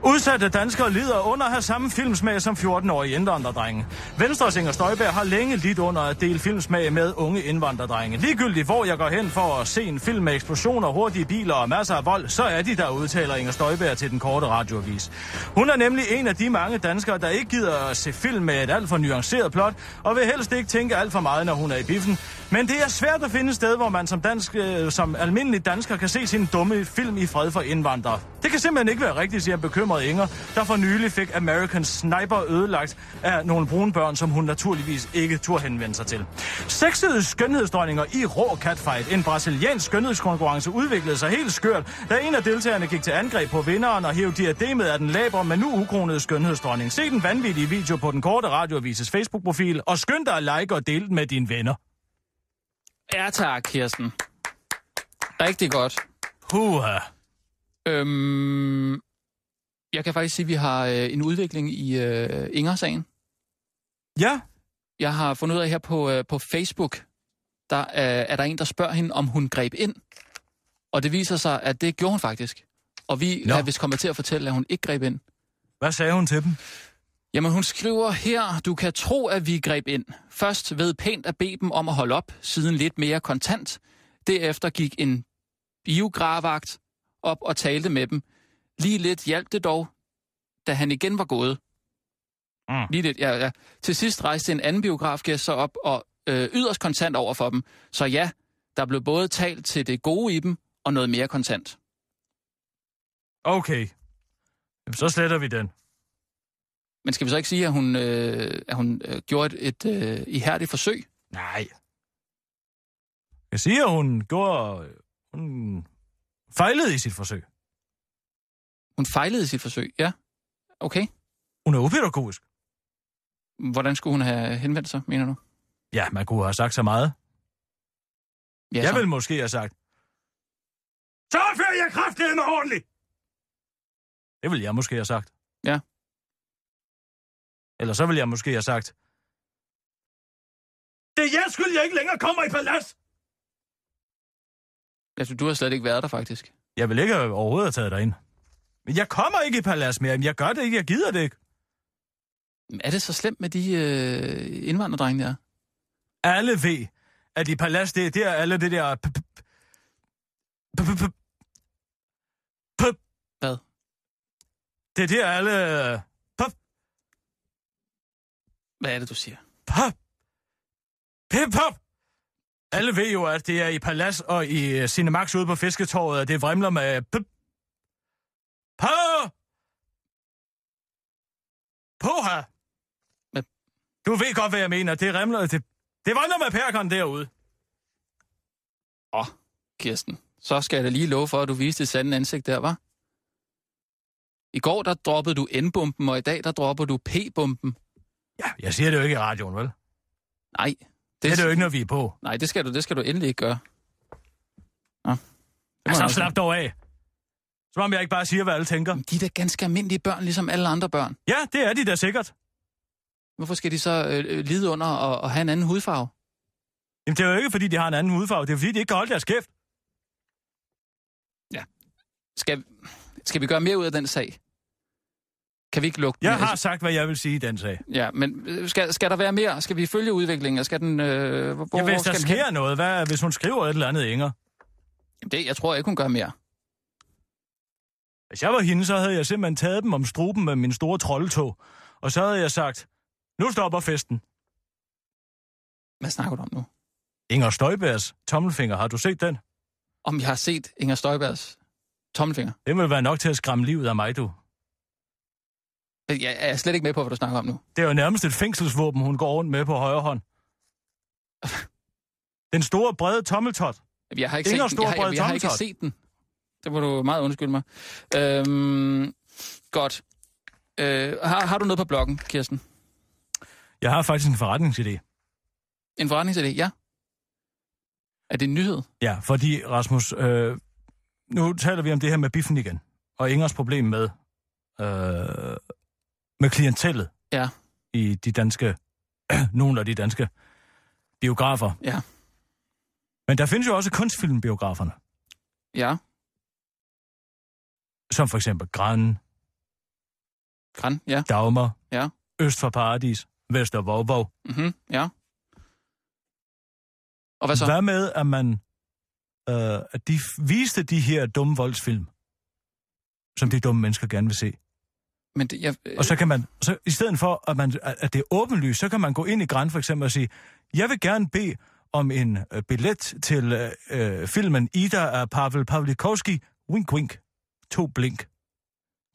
Speaker 4: Udsatte danskere lider under at have samme filmsmag som 14-årige indvandrerdrenge. Venstres Inger Støjberg har længe lidt under at dele filmsmag med unge indvandrerdrenge. Ligegyldigt hvor jeg går hen for at se en film med eksplosioner, hurtige biler og masser af vold, så er de der, udtaler Inger Støjberg til den korte radioavis. Hun er nemlig en af de mange danskere, der ikke gider at se film med et alt for nuanceret plot, og vil helst ikke tænke alt for meget, når hun er i biffen. Men det er svært at finde et sted, hvor man som, dansk, øh, som almindelig dansker kan se sin dumme film i fred for indvandrere. Det kan simpelthen ikke være rigtigt, siger en bekymret Inger, der for nylig fik American Sniper ødelagt af nogle brune børn, som hun naturligvis ikke turde henvende sig til. Sexede skønhedsdronninger i rå catfight. En brasiliansk skønhedskonkurrence udviklede sig helt skørt, da en af deltagerne gik til angreb på vinderen og hævde diademet af den labre, men nu ukronede skønhedsdronning. Se den vanvittige video på den korte radioavises Facebook-profil, og skynd dig at like og dele den med dine venner.
Speaker 5: Ja tak, Kirsten. Rigtig godt.
Speaker 4: Puha.
Speaker 5: Øhm, jeg kan faktisk sige, at vi har øh, en udvikling i øh, Inger-sagen.
Speaker 4: Ja,
Speaker 5: Jeg har fundet ud af her på, øh, på Facebook, der øh, er der en, der spørger hende, om hun greb ind. Og det viser sig, at det gjorde hun faktisk. Og vi
Speaker 4: Nå.
Speaker 5: er vist kommet til at fortælle, at hun ikke greb ind.
Speaker 4: hvad sagde hun til dem?
Speaker 5: Jamen hun skriver her, du kan tro, at vi greb ind. Først ved pænt at bede dem om at holde op, siden lidt mere kontant. Derefter gik en biogravagt op og talte med dem. Lige lidt hjalp det dog, da han igen var gået.
Speaker 4: Mm.
Speaker 5: Lige lidt, ja, ja. Til sidst rejste en anden biografgæst så op og øh, yderst kontant over for dem. Så ja, der blev både talt til det gode i dem og noget mere kontant.
Speaker 4: Okay. Jamen, så sletter vi den.
Speaker 5: Men skal vi så ikke sige, at hun, øh, at hun øh, gjorde et, et øh, ihærdigt forsøg?
Speaker 4: Nej. Jeg siger, hun gjorde... Hun fejlede i sit forsøg.
Speaker 5: Hun fejlede i sit forsøg, ja. Okay.
Speaker 4: Hun er upædagogisk.
Speaker 5: Hvordan skulle hun have henvendt sig, mener du?
Speaker 4: Ja, man kunne have sagt så meget.
Speaker 5: Ja,
Speaker 4: Ja, jeg
Speaker 5: så-
Speaker 4: ville måske have sagt... Så opfører jeg kraftedeme mig ordentligt! Det ville jeg måske have sagt.
Speaker 5: Ja.
Speaker 4: Eller så ville jeg måske have sagt... Det er jeres skyld, jeg ikke længere kommer i palads!
Speaker 5: Altså, du har slet ikke været der, faktisk.
Speaker 4: Jeg vil ikke overhovedet have taget dig ind. Men jeg kommer ikke i palads mere. Jamen, Jeg gør det ikke. Jeg gider det ikke.
Speaker 5: Men Er det så slemt med de øh, indvandrerdrenge der?
Speaker 4: alle ved, at i palads, det er der alle det der... p- p- p- p- p- p-
Speaker 5: Hvad?
Speaker 4: Det er der alle... p-
Speaker 5: Hvad er det, du siger?
Speaker 4: p- Pip-pop! Alle ved jo, at det er i palads og i øh, Cinemax ude på Fisketorvet, at det vrimler med... p- p- Poha!
Speaker 5: Hvad?
Speaker 4: Du ved godt, hvad jeg mener. Det remler... Det, det vrimler med perkeren derude.
Speaker 5: Åh, oh, Kirsten, så skal jeg da lige love for, at du viste et sande ansigt der, var. I går, der droppede du N-bomben, og i dag, der dropper du P-bomben.
Speaker 4: Ja, jeg siger det jo ikke i radioen, vel?
Speaker 5: Nej,
Speaker 4: Det er det jo ikke, når vi er på.
Speaker 5: Nej, det skal du, det skal du endelig ikke gøre. Nå, det må jeg
Speaker 4: Altså,
Speaker 5: nok sige.
Speaker 4: slap dog af. Som om jeg ikke bare siger, hvad alle tænker.
Speaker 5: De er da ganske almindelige børn, ligesom alle andre børn.
Speaker 4: Ja, det er de da sikkert.
Speaker 5: Hvorfor skal de så øh, øh, lide under og, og have en anden hudfarve?
Speaker 4: Jamen, det er jo ikke, fordi de har en anden hudfarve. Det er, fordi de ikke kan holde deres kæft.
Speaker 5: Skal, skal vi gøre mere ud af den sag? kan vi ikke lukke
Speaker 4: Jeg
Speaker 5: den?
Speaker 4: har sagt, hvad jeg vil sige i den sag.
Speaker 5: Ja, men øh, skal, skal der være mere? Skal vi følge udviklingen? og Skal den, øh, hvor,
Speaker 4: Ja,
Speaker 5: hvor
Speaker 4: hvis der
Speaker 5: skal den hen?
Speaker 4: sker noget, hvad, hvis hun skriver et eller andet, Inger?
Speaker 5: Jamen, Det, jeg tror ikke, hun gør mere.
Speaker 4: Hvis jeg var hende, så havde jeg simpelthen taget dem om struben med min store troldtog. Og så havde jeg sagt, nu stopper festen.
Speaker 5: Hvad snakker du om nu?
Speaker 4: Inger Støjbergs tommelfinger, har du set den?
Speaker 5: Om jeg har set Inger Støjbergs tommelfinger?
Speaker 4: Det vil være nok til at skræmme livet af mig, du.
Speaker 5: Jeg, jeg er slet ikke med på, hvad du snakker om nu.
Speaker 4: Det er jo nærmest et fængselsvåben, hun går rundt med på højre
Speaker 5: *laughs*
Speaker 4: hånd. Den store, brede tommeltot.
Speaker 5: Jeg har ikke,
Speaker 4: Inger
Speaker 5: set den. Jeg, har,
Speaker 4: Storbrød
Speaker 5: jeg, jeg har ikke
Speaker 4: Tommeltot.
Speaker 5: set den. Det må du meget undskylde mig. Øhm, godt. Øh, har, har du noget på bloggen, Kirsten?
Speaker 4: Jeg har faktisk en forretningsidé.
Speaker 5: En forretningsidé? Ja. Er det en nyhed?
Speaker 4: Ja, fordi Rasmus, øh, nu taler vi om det her med biffen igen. Og Ingers problem med, øh, med klientellet
Speaker 5: Ja.
Speaker 4: i de danske, *clears throat* nogle af de danske biografer.
Speaker 5: Ja.
Speaker 4: Men der findes jo også kunstfilmbiograferne,
Speaker 5: Ja.
Speaker 4: som for eksempel Gran,
Speaker 5: Græn? Ja.
Speaker 4: Dagmar,
Speaker 5: Ja.
Speaker 4: Øst for Paradis, Vester Vovvog.
Speaker 5: Mm-hmm. Ja. Og hvad så?
Speaker 4: Hvad med, at man øh, at de f- viste de her dumme voldsfilm, som de dumme mennesker gerne vil se?
Speaker 5: Men det, jeg, øh,
Speaker 4: Og så kan man, så i stedet for, at, man, at at det er åbenlyst, så kan man gå ind i Grand for eksempel og sige, jeg vil gerne bede om en øh, billet til øh, øh, filmen Ida af Pavel Pavlikovski, wink wink, to blink.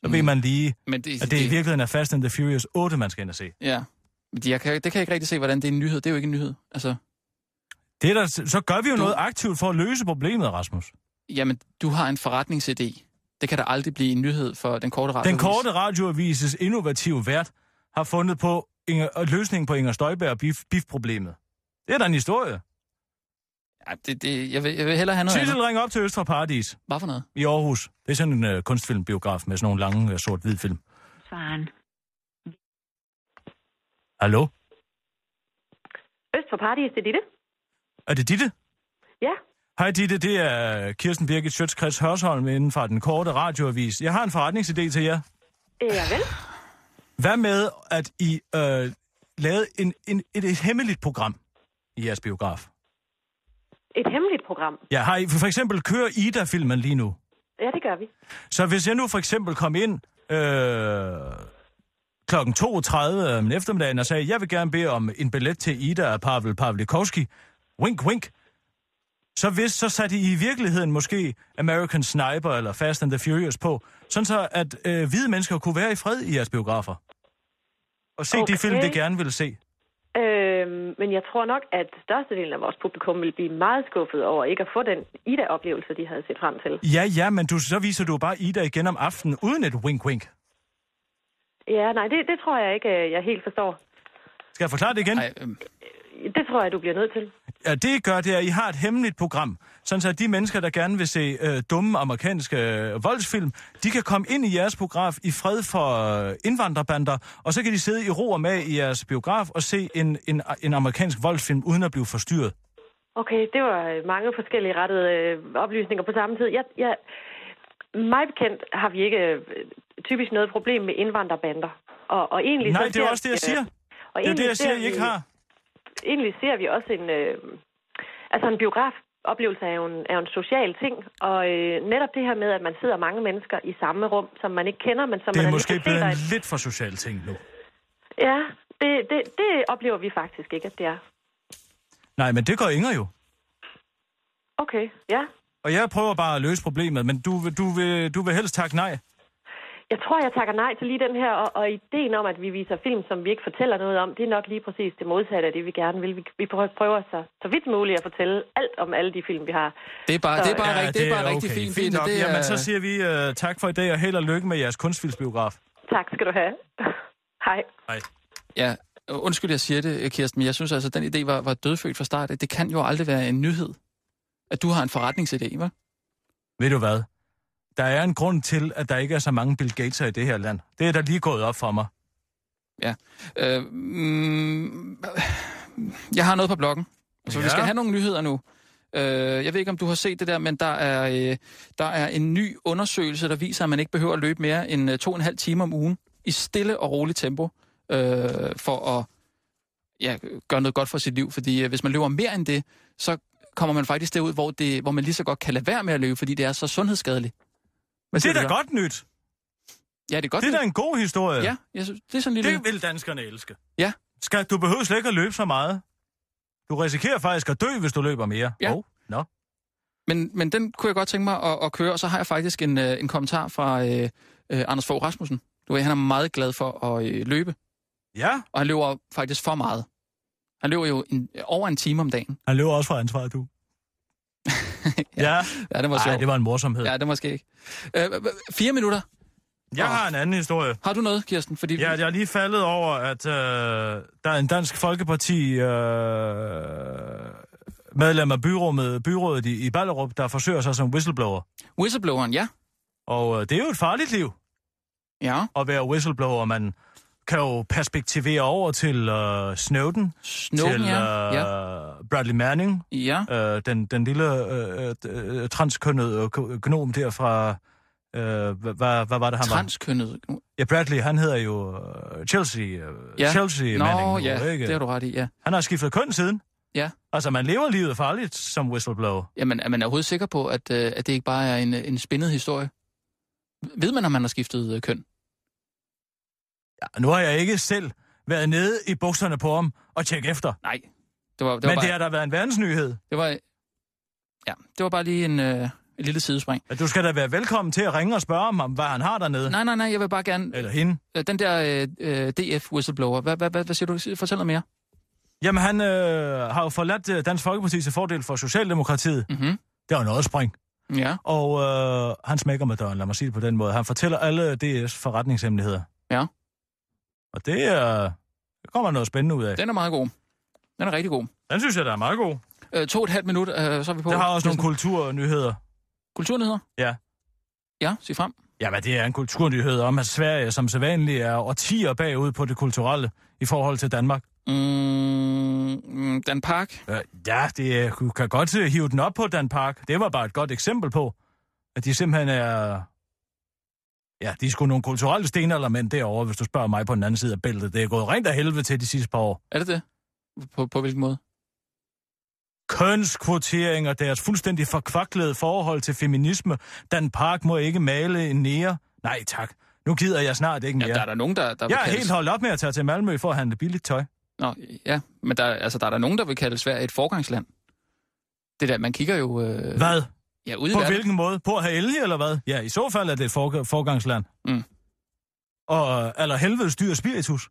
Speaker 4: Så ved
Speaker 5: Mm.
Speaker 4: man lige,
Speaker 5: men det,
Speaker 4: at det i virkeligheden er Fast and the Furious 8, man skal ind og se.
Speaker 5: Ja. Men de- Jeg kan, det kan jeg ikke rigtig se, hvordan det er en nyhed. Det er jo ikke en nyhed. Altså,
Speaker 4: Det er der, så gør vi jo
Speaker 5: Du-
Speaker 4: noget aktivt for at løse problemet, Rasmus.
Speaker 5: jamen, du har en forretningsidé. Det kan da aldrig blive en nyhed for den korte radio.
Speaker 4: Den korte radioavises innovative vært har fundet på Inger, løsningen på Inger Støjberg og bif, bifproblemet. Det er da en historie.
Speaker 5: Ja, det, det, jeg, vil, jeg vil hellere have noget
Speaker 4: Sissel,
Speaker 5: andet.
Speaker 4: ring op til Østre Paradis.
Speaker 5: Hvad for noget?
Speaker 4: i Aarhus. Det er sådan en øh, kunstfilmbiograf med sådan nogle lange øh, sort-hvid film.
Speaker 8: Svaren.
Speaker 4: Hallo?
Speaker 8: Øst for Paradis, det er Ditte.
Speaker 4: Er det Ditte?
Speaker 8: Ja.
Speaker 4: Hej Ditte, det er øh, Kirsten Birgit Sjøtskreds Hørsholm inden fra den korte radioavis. Jeg har en forretningsidé til jer.
Speaker 8: Øh, ja vel.
Speaker 4: Hvad med, at I øh, lavede en, en, et, et hemmeligt program i jeres biograf?
Speaker 8: Et hemmeligt program.
Speaker 4: Ja, har I for eksempel kører Ida-filmen lige nu?
Speaker 8: Ja, det gør vi.
Speaker 4: Så hvis jeg nu for eksempel kom ind øh, klokken 32 om eftermiddagen og sagde, jeg vil gerne bede om en billet til Ida af Pavel Pavlikovski, wink, wink, så hvis, så satte I i virkeligheden måske American Sniper eller Fast and the Furious på, sådan så at øh, hvide mennesker kunne være i fred i jeres biografer. Og se okay. de
Speaker 8: Okay.
Speaker 4: film, de gerne ville se.
Speaker 8: Øh, men jeg tror nok, at størstedelen af vores publikum vil blive meget skuffet over ikke at få den Ida-oplevelse, de havde set frem til.
Speaker 4: Ja, ja, men du, så viser du bare Ida igen om aftenen uden et wink-wink.
Speaker 8: Ja, nej, det, det tror jeg ikke, øh, jeg helt forstår.
Speaker 4: Skal jeg forklare det igen?
Speaker 5: Nej, øh,
Speaker 8: Det tror jeg, du bliver nødt til.
Speaker 4: Ja, det I gør, det er, at I har et hemmeligt program, sådan så at de mennesker, der gerne vil se øh, dumme amerikanske øh, voldsfilm, de kan komme ind i jeres biograf i fred for øh, indvandrerbander, og så kan de sidde i ro og mag i jeres biograf og se en, en, en amerikansk voldsfilm uden at blive forstyrret.
Speaker 8: Okay, det var øh, mange forskellige rettede øh, oplysninger på samme tid. Jeg, jeg, mig bekendt har vi ikke øh, typisk noget problem med indvandrerbander. Og, og egentlig
Speaker 4: Nej,
Speaker 8: så
Speaker 4: det er
Speaker 8: ser
Speaker 4: også det, jeg
Speaker 8: vi, øh,
Speaker 4: siger.
Speaker 8: Og
Speaker 4: Det er jo det,
Speaker 8: egentlig
Speaker 4: jeg siger,
Speaker 8: ser
Speaker 4: I ikke
Speaker 8: vi-
Speaker 4: har.
Speaker 8: egentlig ser vi også en... Øh, altså en biograf oplevelse er jo en, er jo en social ting, og øh, netop det her med, at man sidder mange mennesker i samme rum, som man ikke kender, men som
Speaker 4: Det
Speaker 8: man
Speaker 4: er
Speaker 8: alligevel
Speaker 4: måske
Speaker 8: altså, kan se,
Speaker 4: blevet
Speaker 8: der
Speaker 4: en
Speaker 8: er-
Speaker 4: lidt for social ting nu.
Speaker 8: Ja, det, det, det oplever vi faktisk ikke, at det er.
Speaker 4: Nej, men det gør Inger jo.
Speaker 8: Okay, ja.
Speaker 4: Og jeg prøver bare at løse problemet, men du, vil- du, vil, du vil helst takke nej.
Speaker 8: Jeg tror, jeg takker nej til lige den her, og, og ideen om, at vi viser film, som vi ikke fortæller noget om, det er nok lige præcis det modsatte af det, vi gerne vil. Vi, vi prø- prøver så, så vidt muligt at fortælle alt om alle de film, vi har.
Speaker 5: det er bare, det er bare,
Speaker 4: Ja,
Speaker 5: rigt, det er bare rigtig fint.
Speaker 4: fint
Speaker 5: Ditte.
Speaker 4: nok.
Speaker 5: det er,
Speaker 4: Jamen, så siger vi øh, tak for i dag, og held og lykke med jeres kunstfilmsbiograf.
Speaker 8: Tak skal du have. *laughs* Hej.
Speaker 4: Hej.
Speaker 5: Ja, undskyld, jeg siger det, Kirsten, men jeg synes altså, at den idé var, var dødfødt fra start. Det kan jo aldrig være en nyhed, at du har en forretningsidé, hva'?
Speaker 4: Ved du hvad? Der er en grund til, at der ikke er så mange Bill Gateser i det her land. Det er da lige gået op for mig.
Speaker 5: Øh, mm, jeg har noget på bloggen. Så ja.
Speaker 4: Ja.
Speaker 5: vi skal have nogle nyheder nu. Øh, jeg ved ikke, om du har set det der, men der er, øh, der er en ny undersøgelse, der viser, at man ikke behøver at løbe mere end øh, to og en halv time om ugen. i stille og roligt tempo øh, for at ja, gøre noget godt for sit liv. Fordi øh, hvis man løber mere end det, så kommer man faktisk derud, hvor, det, hvor man lige så godt kan lade være med at løbe, fordi det er så sundhedsskadeligt. Hvad
Speaker 4: Det
Speaker 5: siger
Speaker 4: er da
Speaker 5: du der?
Speaker 4: godt nyt.
Speaker 5: Ja, det er godt.
Speaker 4: Det er da
Speaker 5: nyt.
Speaker 4: en god historie.
Speaker 5: Ja, jeg synes, det er sådan lidt...
Speaker 4: Det vil danskerne elske.
Speaker 5: Ja.
Speaker 4: Skal, du behøver slet ikke at løbe så meget. Du risikerer faktisk at dø, hvis du løber mere.
Speaker 5: Ja.
Speaker 4: Oh, no.
Speaker 5: Men, men den kunne jeg godt tænke mig at, at køre, og så har jeg faktisk en, øh, en kommentar fra øh, øh, Anders Fogh Rasmussen. Du ved, han er meget glad for at øh, løbe,
Speaker 4: Ja,
Speaker 5: og han løber faktisk for meget. Han løber jo en, over en time om dagen.
Speaker 4: han løber også fra ansvaret, du. ja.
Speaker 5: *laughs* Ja, det var
Speaker 4: Nej,
Speaker 5: sjovt.
Speaker 4: det var en morsomhed.
Speaker 5: Ja,
Speaker 4: Ja.
Speaker 5: det måske ikke. Øh, h- h- fire minutter.
Speaker 4: Jeg har en anden historie.
Speaker 5: Har du noget, Kirsten? Fordi
Speaker 4: Ja,
Speaker 5: ja,
Speaker 4: jeg er lige faldet over, at øh, der er en dansk folkeparti øh, medlem af byrummet, byrådet i, i Ballerup, der forsøger sig som whistleblower.
Speaker 5: whistlebloweren, ja.
Speaker 4: Og øh, det er jo et farligt liv.
Speaker 5: Ja,
Speaker 4: at være whistleblower. Man kan jo perspektivere over til øh, Snowden,
Speaker 5: Snowden,
Speaker 4: til
Speaker 5: ja.
Speaker 4: øh, Bradley Manning,
Speaker 5: ja.
Speaker 4: øh, den, den lille øh, øh, transkønnede øko- økonom der fra... Øh, hvad, hvad, hvad var det, han var?
Speaker 5: Transkønnet.
Speaker 4: Ja, Bradley, han hedder jo øh, Chelsea, øh,
Speaker 5: Ja.
Speaker 4: Chelsea
Speaker 5: Nå,
Speaker 4: Manning.
Speaker 5: ja,
Speaker 4: jo, ikke?
Speaker 5: det har du ret i, ja.
Speaker 4: Han har skiftet køn siden.
Speaker 5: Ja.
Speaker 4: Altså, man lever livet farligt som whistleblower.
Speaker 5: Jamen, er man overhovedet sikker på, at, øh, at det ikke bare er en, øh, en spændet historie? Ved man, om man har skiftet øh, køn?
Speaker 4: Ja, nu har jeg ikke selv været nede i bukserne på ham og tjekke efter.
Speaker 5: Nej. Det var, det var
Speaker 4: Men
Speaker 5: bare...
Speaker 4: det har da været en verdensnyhed.
Speaker 5: Det var, ja, det var bare lige en, øh, et lille sidespring.
Speaker 4: Du skal da være velkommen til at ringe og spørge om, ham, hvad han har dernede.
Speaker 5: Nej, nej, nej, jeg vil bare gerne...
Speaker 4: Eller hende.
Speaker 5: Øh, den der øh, øh, DF-whistleblower, hvad, hvad, hvad, hvad siger du? Sig- Fortæl noget mere.
Speaker 4: Jamen, han øh, har jo forladt øh, Dansk Folkeparti til fordel for Socialdemokratiet.
Speaker 5: Mhm.
Speaker 4: Det var noget spring.
Speaker 5: Ja,
Speaker 4: Og øh, han smækker med døren, lad mig sige det på den måde. Han fortæller alle DS forretningshemmeligheder.
Speaker 5: Ja.
Speaker 4: Og det, øh, det kommer noget spændende ud af. Den,
Speaker 5: den er meget god. Den er rigtig god.
Speaker 4: den synes jeg, der er meget god.
Speaker 5: Øh, to og et halvt minut, øh, så er vi på.
Speaker 4: Det har også nogle
Speaker 5: Kirsten.
Speaker 4: kulturnyheder.
Speaker 5: kulturnyheder.
Speaker 4: Ja.
Speaker 5: Ja, sig frem.
Speaker 4: Jamen, det er en kulturnyhed om, at Sverige som sædvanligt er årtier bagud på det kulturelle i forhold til Danmark.
Speaker 5: Mm, Dan Park.
Speaker 4: Øh, ja, det, øh, du kan godt øh, hive den op på Dan Park. Det var bare et godt eksempel på, at de simpelthen er... Ja, de er sgu nogle kulturelle stenaldermænd derovre, hvis du spørger mig på den anden side af bæltet. Det er gået rent af helvede til de sidste par år.
Speaker 5: Er det det? På, på hvilken måde?
Speaker 4: Kønskvotering og deres fuldstændig forkvaklede forhold til feminisme. Dan Park må ikke male en nære. Nej tak, nu gider jeg snart ikke
Speaker 5: Ja,
Speaker 4: mere.
Speaker 5: ja. der er der nogen, der, der vil
Speaker 4: jeg er
Speaker 5: kaldes-
Speaker 4: helt holdt op med at tage til Malmø for at handle billigt tøj.
Speaker 5: Nå, ja, men der, er- altså, der er der nogen, der vil kalde Sverige et forgangsland. Det der, man kigger jo... Øh,
Speaker 4: Hvad?
Speaker 5: Ja, ude i
Speaker 4: På
Speaker 5: verden.
Speaker 4: hvilken måde? På at have elge, eller hvad? Ja, i så fald er det et forg- forgangsland.
Speaker 5: Mm.
Speaker 4: Og øh, aller helvedes dyr spiritus.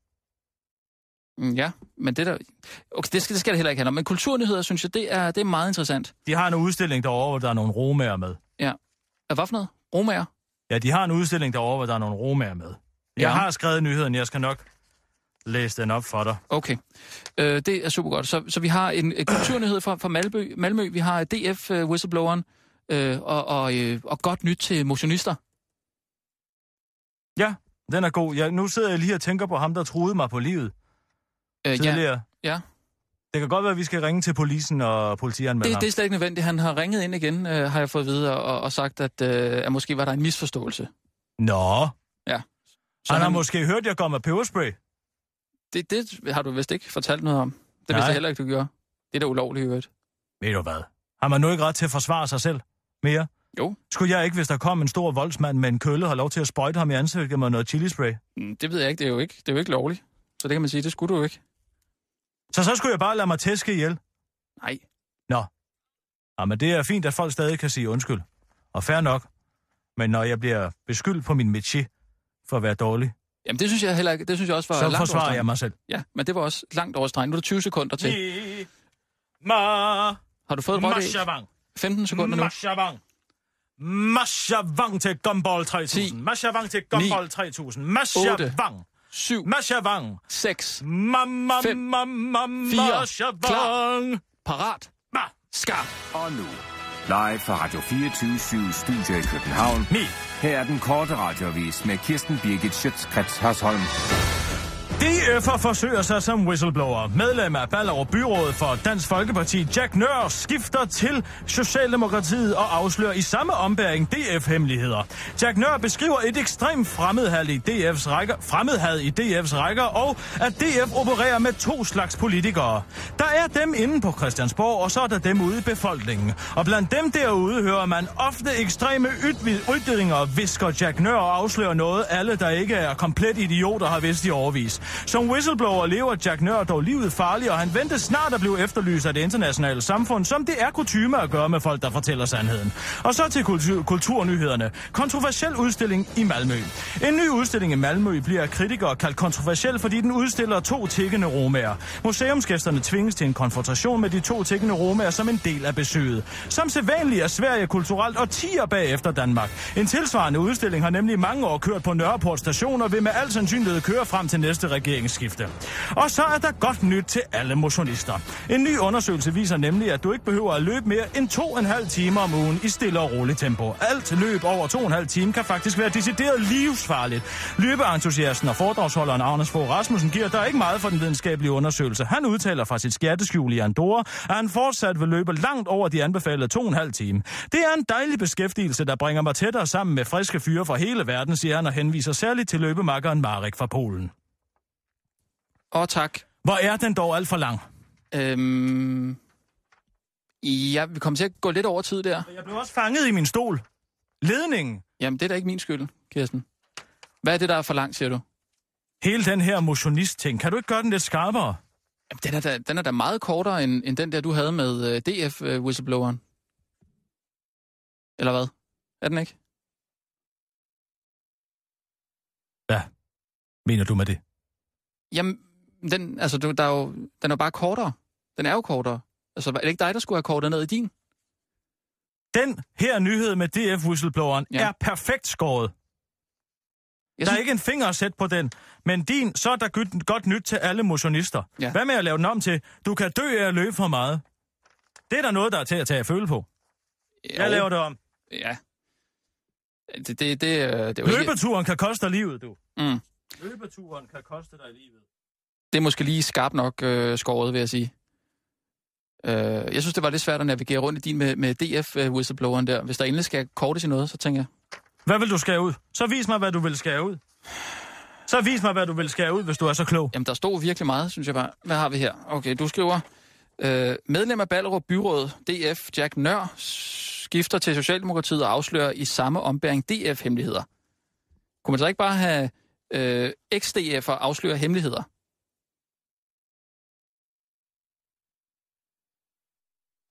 Speaker 5: Mm, Ja, men det der... Okay, det skal, det skal det heller ikke handle om. Men kulturnyheder, synes jeg, det er, det er meget interessant.
Speaker 4: De har en udstilling derovre, hvor der er nogle romager med.
Speaker 5: Hvad for noget? Romager?
Speaker 4: Ja, de har en udstilling derovre, hvor der er nogle romager med. Jeg
Speaker 5: Ja.
Speaker 4: har skrevet nyheden, jeg skal nok læse den op for dig.
Speaker 5: Okay. Øh, det er super godt. Så, så vi har en, en kulturnyhed fra, fra Malmø. Malmø. Vi har DF-whistlebloweren øh, og, og, øh, og godt nyt til motionister.
Speaker 4: Ja, den er god. Jeg, nu sidder jeg lige og tænker på ham, der truede mig på livet
Speaker 5: Øh, ja,
Speaker 4: tidligere.
Speaker 5: ja.
Speaker 4: Det kan godt være, at vi skal ringe til polisen og politianmelderen.
Speaker 5: det, det er slet ikke nødvendigt. Han har ringet ind igen, øh, har jeg fået at vide, og, og sagt, at, øh, at måske var der en misforståelse.
Speaker 4: Nå,
Speaker 5: Så
Speaker 4: han, har måske hørt, jeg går med peberspray.
Speaker 5: det, det har du vist ikke fortalt noget om. Det vidste
Speaker 4: Nej.
Speaker 5: jeg heller ikke, du gjorde. Det er da ulovligt, i øvrigt.
Speaker 4: Ved du hvad? Har man nu ikke ret til at forsvare sig selv mere?
Speaker 5: Jo.
Speaker 4: Skulle jeg ikke, hvis der kom en stor voldsmand med en kølle, have lov til at sprøjte ham i ansigtet med noget chilispray?
Speaker 5: Mm, Det ved jeg ikke. Det er jo ikke, det er jo ikke lovligt. Så det kan man sige, det skulle du jo ikke.
Speaker 4: Så så skulle jeg bare lade mig tæske ihjel.
Speaker 5: Nej.
Speaker 4: Jamen, det er fint, at folk stadig kan sige undskyld. Og fair nok. Men når jeg bliver beskyldt på min métier for at være dårlig,
Speaker 5: Jamen, det synes jeg heller ikke. Det synes jeg også var
Speaker 4: så
Speaker 5: langt over
Speaker 4: forsvarer
Speaker 5: stregen.
Speaker 4: jeg mig selv.
Speaker 5: Ja, men det var også langt over stregen. Nu er der 20 sekunder til.
Speaker 4: Ma...
Speaker 5: Har du fået et rødt æg?
Speaker 4: Mashavang.
Speaker 5: 15 sekunder nu.
Speaker 4: Mashavang. Mashavang til Gumball 3000.
Speaker 5: Ti.
Speaker 4: Mashavang til Gumball 3000. Mashavang.
Speaker 5: 7,
Speaker 4: Mashavang.
Speaker 5: 6,
Speaker 4: Mamma,
Speaker 5: Fem,
Speaker 4: mamma,
Speaker 5: fire,
Speaker 4: mamma,
Speaker 5: klar.
Speaker 4: shavang.
Speaker 5: parat,
Speaker 4: Ma,
Speaker 5: skar.
Speaker 6: Og nu, live fra Radio 24 Studio i København.
Speaker 4: mi.
Speaker 6: Her er den korte radiovis med Kirsten Birgit Schøtzgrads Hasholm.
Speaker 4: DF'er forsøger sig som whistleblower. Medlem af Ballerup Byrådet for Dansk Folkeparti Jack Nør skifter til Socialdemokratiet og afslører i samme ombæring DF-hemmeligheder. Jack Nør beskriver et ekstremt fremmedhad i DF's rækker, fremmedhad i DF's rækker og at DF opererer med to slags politikere. Der er dem inde på Christiansborg, og så er der dem ude i befolkningen. Og blandt dem derude hører man ofte ekstreme ytvi- ytringer, visker Jack Nør og afslører noget, alle der ikke er komplet idioter har vidst i overvis. Som whistleblower lever Jack Nør dog livet farligt, og han ventes snart at blive efterlyst af det internationale samfund, som det er kutyme at gøre med folk, der fortæller sandheden. Og så til kultur- kulturnyhederne. Kontroversiel udstilling i Malmø. En ny udstilling i Malmø bliver af kritikere kaldt kontroversiel, fordi den udstiller to tikkende romager. Museumsgæsterne tvinges til en konfrontation med de to tikkende romager som en del af besøget. Som sædvanligt er Sverige kulturelt og tiger bagefter Danmark. En tilsvarende udstilling har nemlig i mange år kørt på Nørreport station og vil med al sandsynlighed køre frem til næste regeringsskifte. Og så er der godt nyt til alle motionister. En ny undersøgelse viser nemlig, at du ikke behøver at løbe mere end to og en halv time om ugen i stille og roligt tempo. Alt løb over to og en halv time kan faktisk være decideret livsfarligt. Løbeentusiasten og foredragsholderen Agnes Fogh Rasmussen giver der ikke meget for den videnskabelige undersøgelse. Han udtaler fra sit skatteskjul i Andorra, at han fortsat vil løbe langt over de anbefalede to og en halv time. Det er en dejlig beskæftigelse, der bringer mig tættere sammen med friske fyre fra hele verden, siger han og henviser særligt til løbemakkeren Marek fra Polen.
Speaker 5: Åh, tak.
Speaker 4: Hvor er den dog alt for lang?
Speaker 5: Øhm, ja, vi kommer til at gå lidt over tid der.
Speaker 4: Jeg blev også fanget i min stol. Ledningen.
Speaker 5: Jamen, det er da ikke min skyld, Kirsten. Hvad er det, der er for langt, siger du?
Speaker 4: Hele den her motionist-ting. Kan du ikke gøre den lidt skarpere?
Speaker 5: Jamen, den er da, den er da meget kortere, end, end den der, du havde med øh, DF-whistlebloweren. Eller hvad? Er den ikke?
Speaker 4: Hvad mener du med det?
Speaker 5: Jamen, den, altså, du- der er jo, den er jo bare kortere. Den er jo kortere. Altså, er det ikke dig, der skulle have kortet ned i din?
Speaker 4: Den her nyhed med DF-whistlebloweren
Speaker 5: Ja.
Speaker 4: ja. er perfekt skåret.
Speaker 5: Jeg
Speaker 4: Der er
Speaker 5: synes,
Speaker 4: ikke en finger at sætte på den. Men din, så er der godt, godt nyt til alle motionister.
Speaker 5: Ja.
Speaker 4: Ja. Hvad med at lave den om til, du kan dø af at løbe for meget? Det er der noget, der er til at tage at føle på. Jeg laver det om.
Speaker 5: Ja. Det, det, det, det, øh, det, er jo ikke,
Speaker 4: Løbeturen kan koste dig livet, du.
Speaker 5: Mm.
Speaker 4: Løbeturen kan koste dig livet.
Speaker 5: det er måske lige skarpt nok øh, skåret, vil jeg sige. Øh, jeg synes, det var lidt svært at navigere rundt i din med, med DF-whistlebloweren der. Hvis der endelig skal kortes i noget, så tænker jeg,
Speaker 4: Hvad vil du skære ud? Så vis mig, hvad du vil skære ud. Så vis mig, hvad du vil skære ud, hvis du er så klog.
Speaker 5: Jamen, der stod virkelig meget, synes jeg bare. Hvad har vi her? Okay, du skriver... Øh, medlem af Ballerup Byråd, DF Jack Nør, skifter til Socialdemokratiet og afslører i samme ombæring DF-hemmeligheder. Kunne man så ikke bare have øh, ex-DF'er afslører hemmeligheder?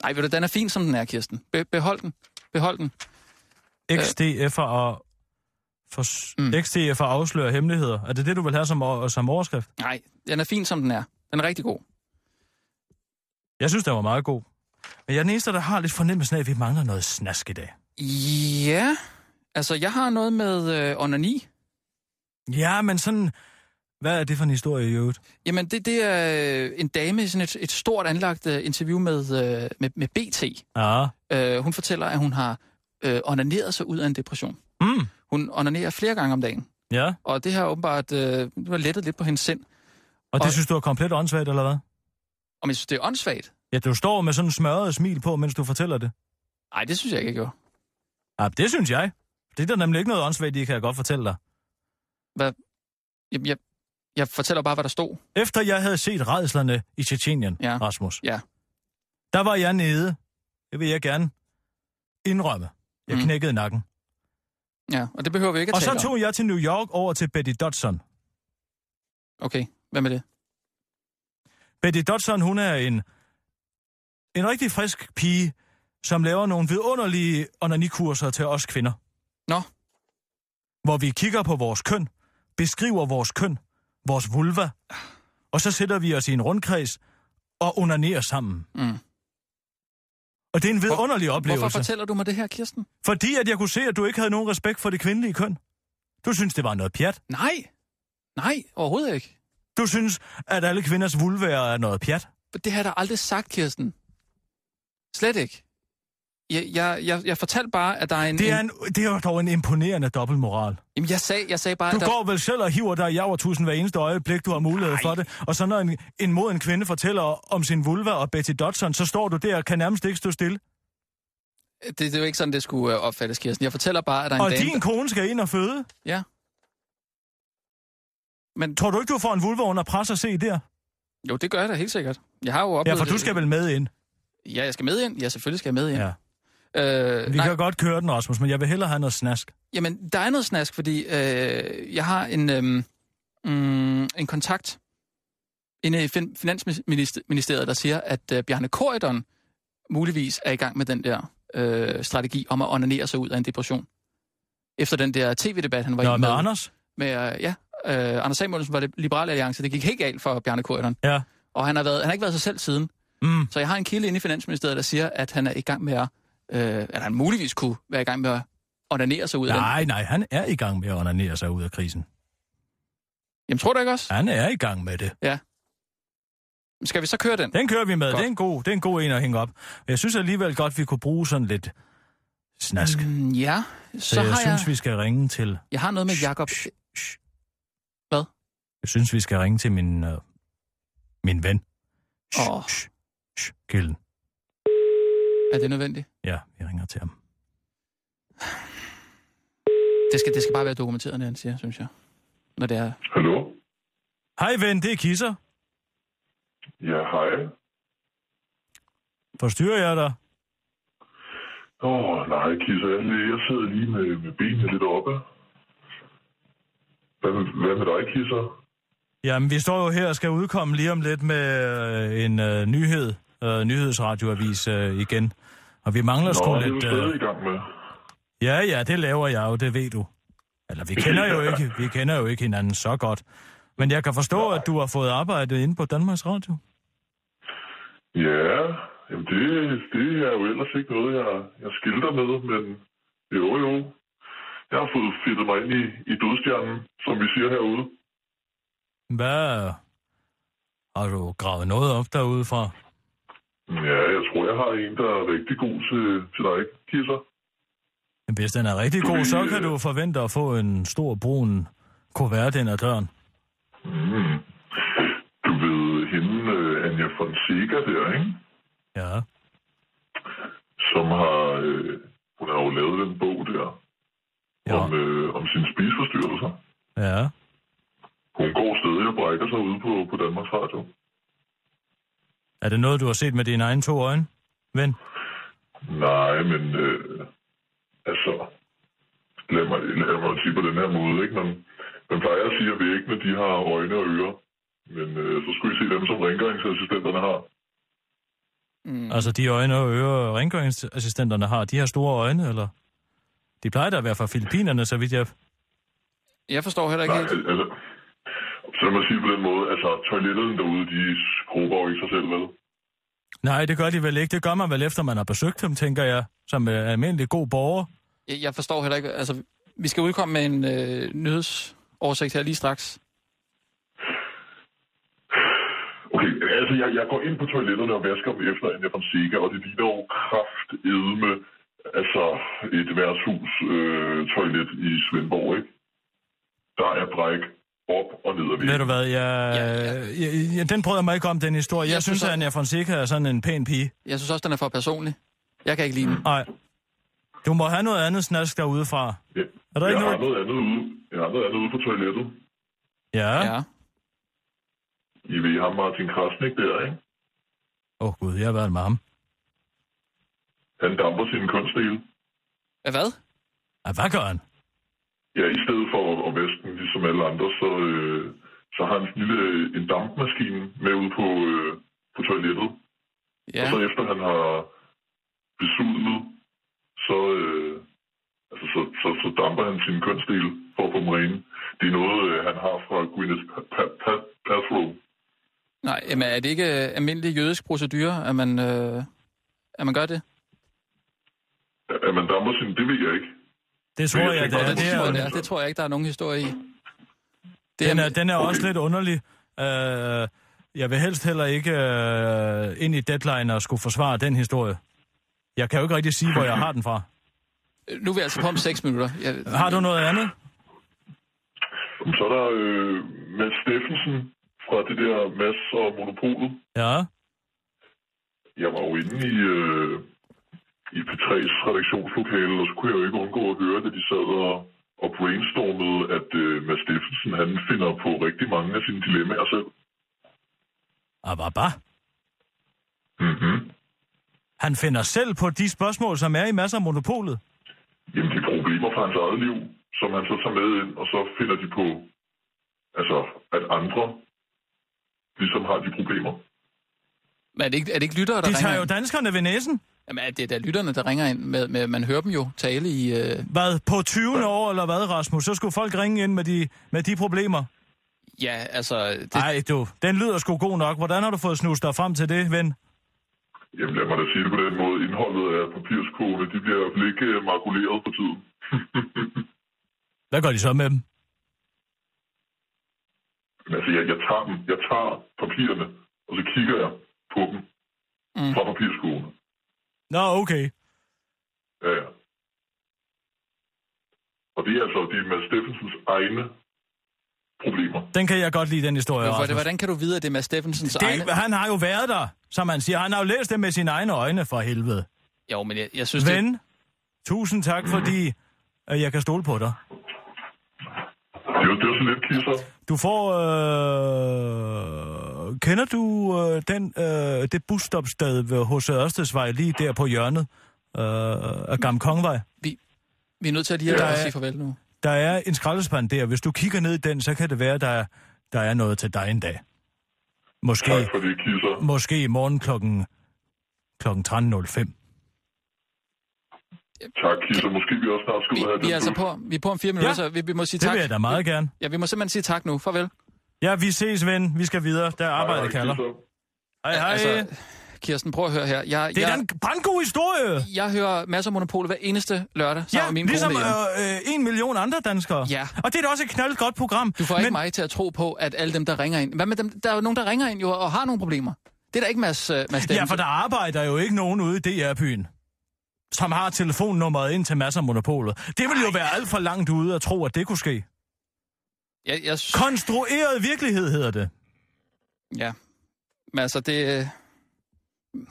Speaker 5: Nej, ved du, den er fin, som den er, Kirsten. Be- behold den. Behold den.
Speaker 4: XDF'er og... For...
Speaker 5: Mm.
Speaker 4: Mm. XDF'er afslører hemmeligheder. Er det det, du vil have som, o- øh, som overskrift?
Speaker 5: Nej, den er fin, som den er. Den er rigtig god.
Speaker 4: Jeg synes, den var meget god. Men jeg er den eneste, der har lidt fornemmelsen af, at vi mangler noget snask i dag.
Speaker 5: Ja, altså, jeg har noget med øh, onani.
Speaker 4: Ja, men sådan... Hvad er det for en historie i øvrigt?
Speaker 5: Jamen, det, det er øh, en dame i sådan et, et stort anlagt øh, interview med, øh, med, med BT.
Speaker 4: Ja.
Speaker 5: Øh, hun fortæller, at hun har øh, onaneret sig ud af en depression.
Speaker 4: Mm.
Speaker 5: Hun onanerer flere gange om dagen,
Speaker 4: Ja,
Speaker 5: og det har åbenbart øh, det har lettet lidt på hendes sind.
Speaker 4: og det
Speaker 5: Og-
Speaker 4: synes du er komplet åndssvagt, eller hvad?
Speaker 5: Og jeg synes, det er åndssvagt.
Speaker 4: Ja, du står med sådan en smørret smil på, mens du fortæller det.
Speaker 5: Nej, det synes jeg ikke, jeg gjorde.
Speaker 4: Ja, det synes jeg. Det er der nemlig ikke noget åndssvagt i, kan jeg godt fortælle dig.
Speaker 5: Jeg, jeg, jeg fortæller bare, hvad der stod.
Speaker 4: Efter jeg havde set redslerne i Tjetjenien,
Speaker 5: Ja.
Speaker 4: ja. Rasmus,
Speaker 5: Ja.
Speaker 4: der var jeg nede. Det vil jeg gerne indrømme. Jeg
Speaker 5: Mm.
Speaker 4: mm. knækkede nakken.
Speaker 5: Ja, og det behøver vi ikke at
Speaker 4: Og så
Speaker 5: tale om.
Speaker 4: tog jeg til New York over til Betty Dodson.
Speaker 5: Okay, hvad med det?
Speaker 4: Betty Dodson, hun er en, en rigtig frisk pige, som laver nogle vidunderlige onanikurser til os kvinder.
Speaker 5: Nå.
Speaker 4: Hvor vi kigger på vores køn, beskriver vores køn, vores vulva, og så sætter vi os i en rundkreds og onanerer sammen.
Speaker 5: Mm.
Speaker 4: Og det er en vidunderlig oplevelse.
Speaker 5: Hvorfor fortæller du mig det her, Kirsten?
Speaker 4: Fordi at jeg kunne se, at du ikke havde nogen respekt for det kvindelige køn. Du synes, det var noget pjat.
Speaker 5: Nej, nej, overhovedet ikke.
Speaker 4: Du synes, at alle kvinders vulværer er noget pjat.
Speaker 5: Det har jeg da aldrig sagt, Kirsten. Slet ikke. jeg, jeg, jeg, jeg fortalte bare, at der er en...
Speaker 4: Det er,
Speaker 5: en
Speaker 4: en, det er jo dog en imponerende dobbeltmoral.
Speaker 5: jamen, jeg sagde, jeg sagde bare,
Speaker 4: Du
Speaker 5: at der,
Speaker 4: går vel selv og hiver dig i over tusind hver eneste øjeblik, du har mulighed for det. Og så når en, en moden kvinde fortæller om sin vulva og Betty Dodson, så står du der og kan nærmest ikke stå stille.
Speaker 5: det, det er jo ikke sådan, det skulle øh, opfattes, Kirsten. Jeg fortæller bare, at der er en
Speaker 4: Og
Speaker 5: dame...
Speaker 4: din kone skal ind og føde.
Speaker 5: der- Ja. Men
Speaker 4: Tror du ikke, du får en vulva under pres at se der?
Speaker 5: jo, det gør jeg da helt sikkert. Jeg har jo
Speaker 4: Ja,
Speaker 5: oplevet...
Speaker 4: for du skal vel med ind.
Speaker 5: Ja, jeg skal med ind. Ja, selvfølgelig skal jeg med ind.
Speaker 4: Ja.
Speaker 5: Øh,
Speaker 4: Vi
Speaker 5: nej,
Speaker 4: kan godt køre den, Rasmus, men jeg vil hellere have noget snask.
Speaker 5: Jamen, der er noget snask, fordi øh, jeg har en, øh, mm, en kontakt inde i fin- Finansministeriet, der siger, at øh, Bjarne Korydon muligvis er i gang med den der øh, strategi om at onanere sig ud af en depression. Efter den der tv-debat, han var
Speaker 4: Nå,
Speaker 5: i
Speaker 4: med Anders?
Speaker 5: Med, øh, ja, øh, Anders Samuelsen var det Liberale Alliance. Det gik helt galt for Bjarne Korydon.
Speaker 4: Ja.
Speaker 5: Og han har, været, han har ikke været sig selv siden.
Speaker 4: Mm.
Speaker 5: Så jeg har en kilde inde i Finansministeriet, der siger, at han er i gang med at... Øh, at han muligvis kunne være i gang med at onanere sig ud af den.
Speaker 4: Nej, nej, han er i gang med at onanere sig ud af krisen.
Speaker 5: Jamen, tror du ikke også?
Speaker 4: Han er i gang med det.
Speaker 5: Skal vi så køre den?
Speaker 4: Den kører vi med.
Speaker 5: Godt.
Speaker 4: Det er, en god, det er en god en at hænge op. Jeg synes alligevel godt, vi kunne bruge sådan lidt snask. Mm,
Speaker 5: Mm, ja,
Speaker 4: så,
Speaker 5: så
Speaker 4: så jeg
Speaker 5: har
Speaker 4: synes,
Speaker 5: jeg...
Speaker 4: vi skal ringe til...
Speaker 5: Jeg har noget med Jakob.
Speaker 4: Shh, shh.
Speaker 5: Hvad?
Speaker 4: Jeg synes, vi skal ringe til min, øh, min ven. Shh,
Speaker 5: Åh.
Speaker 4: shh, shh, Gilden.
Speaker 5: Er det nødvendigt?
Speaker 4: Ja, vi ringer til ham.
Speaker 5: Det skal, det skal bare være dokumenteret, det han siger, synes jeg. Når det er...
Speaker 9: Hallo?
Speaker 4: Hej ven, det er Kisser.
Speaker 9: Ja, hej.
Speaker 4: Forstyrrer jeg dig?
Speaker 9: Åh, oh, nej, Kisser. Jeg, jeg sidder lige med, med benene lidt oppe. Hvad, med- hvad med dig, Kisser?
Speaker 4: Jamen, vi står jo her og skal udkomme lige om lidt med øh, en øh, nyhed, øh, nyhedsradioavis øh, igen. Og vi mangler sgu
Speaker 9: Nå, det er du
Speaker 4: lidt...
Speaker 9: stadig
Speaker 4: Øh,
Speaker 9: i gang med.
Speaker 4: ja, ja, det laver jeg jo, det ved du. Eller vi kender
Speaker 9: *laughs*
Speaker 4: jo ikke, vi kender jo ikke hinanden så godt. Men jeg kan forstå, at du har fået arbejdet inde på Danmarks Radio.
Speaker 9: Ja, jamen det, det er jo ellers ikke noget, jeg, jeg skilter med, men jo jo. Jeg har fået fedtet mig ind i, i dødstjernen, som vi siger herude.
Speaker 4: Hvad har du gravet noget op derude fra?
Speaker 9: Ja, jeg tror, jeg har en, der er rigtig god til, til dig, Kisser.
Speaker 4: Hvis den er rigtig god, så kan du forvente at få en stor brun kuvert ind ad døren.
Speaker 9: Mm. Du ved hende, øh, Anja Fonseca der, ikke?
Speaker 4: Ja.
Speaker 9: som har, øh, hun har jo lavet den bog der,
Speaker 4: Ja.
Speaker 9: ja. om, øh, om sine spiseforstyrrelser.
Speaker 4: Ja.
Speaker 9: Hun går stadig og brækker sig ude på, på Danmarks Radio.
Speaker 4: Er det noget, du har set med dine egne to øjne? Ven?
Speaker 9: Nej, men øh, altså, lad mig, lad mig sige på den her måde, ikke? Man, man plejer at sige, at væggene, de har øjne og ører. Men øh, så skulle I se dem, som rengøringsassistenterne har.
Speaker 5: Mm,
Speaker 4: Altså de øjne og ører, rengøringsassistenterne har, de har store øjne, eller? De plejer da at være fra Filippinerne, så vidt jeg...
Speaker 5: jeg forstår heller ikke
Speaker 9: Nej,
Speaker 5: helt.
Speaker 9: altså, så lad mig sige på den måde, altså, toiletterne derude, de skrubber jo ikke sig selv, vel?
Speaker 4: Nej, det gør de vel ikke. Det gør man vel efter, man har besøgt dem, tænker jeg, som øh, almindelig god borger.
Speaker 5: Jeg, jeg forstår heller ikke... Altså, vi skal udkomme med en øh, nyhedsoversigt her lige straks.
Speaker 9: Okay, altså jeg, jeg går ind på toiletterne og vasker dem efter Anja Fonseca, og det ligner jo kraftedme, altså et værtshus øh, toilet i Svendborg, ikke? Der er bræk op og ned ad
Speaker 4: Ved du
Speaker 9: væggen.
Speaker 4: hvad, jeg,
Speaker 5: Ja,
Speaker 4: ja, ja. Jeg, den bryder jeg mig ikke om, den historie. Jeg,
Speaker 5: Jeg
Speaker 4: jeg synes,
Speaker 5: synes
Speaker 4: at Anja Fonseca er sådan en pæn pige.
Speaker 5: Jeg synes også, den er for personlig. Jeg kan ikke lide den.
Speaker 4: Nej. Du må have noget andet snask derudefra.
Speaker 9: Ja.
Speaker 4: Er der
Speaker 9: jeg,
Speaker 4: ikke
Speaker 9: har
Speaker 4: noget?
Speaker 9: noget andet ude, jeg har noget andet ude på toilettet.
Speaker 4: Ja. Åh ja.
Speaker 5: Ja.
Speaker 9: I ved ham Martin Krasnik der, ikke?
Speaker 4: oh, gud, jeg har været med ham.
Speaker 9: Han damper sin kunstdele.
Speaker 5: ja. Hvad?
Speaker 4: Ja, hvad gør han?
Speaker 9: Ja, i stedet for at- at vaske den, ligesom alle andre, så, øh, så har han sådan en lille øh, en dampmaskine med ude på, øh, på toilettet. Ja. Og
Speaker 5: Ja.
Speaker 9: så efter han har besudlet, så, øh, altså, så, så, så damper han sin kønsdel for at få dem rene. Det er noget, øh, han har fra Gwyneth Pa- Pa- Pa- Paltrow.
Speaker 5: Nej, jamen, er det ikke øh, almindelig jødisk procedure, at man, øh, at man gør det?
Speaker 9: At man damper sin, det ved jeg ikke.
Speaker 4: Det tror jeg, det
Speaker 9: tænker
Speaker 4: er.
Speaker 9: også,
Speaker 5: det,
Speaker 4: Det
Speaker 5: tror jeg, det,
Speaker 4: er
Speaker 5: er. det tror jeg ikke, der er nogen historie i. Det
Speaker 4: Den er, den er også lidt underlig. Øh, jeg vil helst heller ikke øh, ind i deadline og skulle forsvare den historie. Jeg kan jo ikke rigtig sige, hvor jeg har den fra.
Speaker 5: Øh, Nu er vi altså på om 6 minutter. Jeg,
Speaker 4: Har du noget andet?
Speaker 9: Jamen, Så er der øh, Mads Steffensen fra det der Mads og Monopolet.
Speaker 4: Ja.
Speaker 9: Jeg var jo inde i, øh, i P3's redaktionslokale, og så kunne jeg jo ikke undgå at høre, da de sad og, og brainstormede, at øh, Mads Steffensen han finder på rigtig mange af sine dilemmaer selv.
Speaker 4: Ababa.
Speaker 9: Mm-hmm.
Speaker 4: Han finder selv på de spørgsmål, som er i masser af monopolet.
Speaker 9: Jamen, de problemer fra hans eget liv, som han så tager med ind, og så finder de på, altså, at andre ligesom har de problemer.
Speaker 5: men er, det ikke, er det ikke lyttere, der
Speaker 4: De tager
Speaker 5: ringer
Speaker 4: jo
Speaker 5: ind?
Speaker 4: danskerne ved næsen.
Speaker 5: Jamen, er det da lytterne, der ringer ind? Med, med, man hører dem jo tale i... Øh...
Speaker 4: Hvad, på 20. år eller hvad, Rasmus? Så skulle folk ringe ind med de, med de problemer.
Speaker 5: Ja, altså... Det,
Speaker 4: Nej, du. Den lyder sgu god nok. Hvordan har du fået snus dig frem til det, ven?
Speaker 9: Jamen lad mig da sige det på den måde. Indholdet af papirskogene, de bliver i hvert fald ikke øh, makuleret på tiden.
Speaker 4: Hvad gør de så med dem?
Speaker 9: Men altså, jeg, jeg tager dem. Jeg tager papirerne, og så kigger jeg på dem
Speaker 5: Mm.
Speaker 9: mm. fra papirskogene.
Speaker 4: Nå, okay.
Speaker 9: Ja, ja. Og det er altså de Mads Steffensens egne problemer.
Speaker 4: Den kan jeg godt lide, den historie,
Speaker 5: Hvorfor, det,
Speaker 4: Rasmus.
Speaker 5: hvordan kan du vide, at det er Mads Steffensens det, egne...
Speaker 4: Det, han har jo været der, som man siger. Han har jo læst det med sine egne øjne, for helvede.
Speaker 5: Jo, men jeg, jeg synes, det...
Speaker 4: Ven, tusind tak, fordi at jeg kan stole på dig.
Speaker 9: Det er jo, det er jo så lidt kisser.
Speaker 4: Du får... Øh... Kender du øh, den, øh, det busstopsted ved hos Ørstedsvej, lige der på hjørnet øh, af Gamle Kongvej?
Speaker 5: Vi er nødt til at lige at
Speaker 9: Ja.
Speaker 5: ja. sige farvel nu.
Speaker 4: Der er en skraldespand der. Hvis du kigger ned i den, så kan det være, der er, der er noget til dig en dag. Måske,
Speaker 9: Tak for det, kisser.
Speaker 4: måske i morgen klokken, klokken 13.05.
Speaker 9: Tak, kisser. Måske vi også snart skal
Speaker 5: Vi,
Speaker 9: ud af
Speaker 5: vi er
Speaker 9: den
Speaker 5: altså
Speaker 9: bus.
Speaker 5: på, vi er på om fire minutter, ja.
Speaker 4: Ja.
Speaker 5: så vi, vi må sige
Speaker 4: Det
Speaker 5: tak.
Speaker 4: vil jeg da meget gerne.
Speaker 5: Ja, vi må simpelthen sige tak nu. Farvel.
Speaker 4: Ja, vi ses, ven. Vi skal videre. Der er
Speaker 9: Hej, hej,
Speaker 4: arbejde, kalder.
Speaker 9: kisser.
Speaker 4: Hej, hej.
Speaker 5: Altså, Kirsten, prøv at høre her. Jeg,
Speaker 4: det er
Speaker 5: jeg,
Speaker 4: den brandgode historie.
Speaker 5: jeg hører masser af Monopol hver eneste lørdag sammen
Speaker 4: Ja,
Speaker 5: med min
Speaker 4: ligesom
Speaker 5: kone. derhjemme.
Speaker 4: øh, øh, en million andre danskere.
Speaker 5: Ja.
Speaker 4: Og det er da også et knaldt godt program.
Speaker 5: Du får ikke
Speaker 4: men,
Speaker 5: mig til at tro på, at alle dem, der ringer ind... Hvad med dem? Der er jo nogen, der ringer ind jo og har nogle problemer. Det er da ikke Mads, øh, Mads
Speaker 4: Ja,
Speaker 5: Steffensen.
Speaker 4: for der arbejder jo ikke nogen ude i DR-byen, som har telefonnummeret ind til masser af monopolet. Det ville jo være alt for langt ude at tro, at det kunne ske.
Speaker 5: Jeg, jeg, synes-
Speaker 4: Konstrueret virkelighed hedder det.
Speaker 5: ja. Men altså, det... øh,
Speaker 4: Det er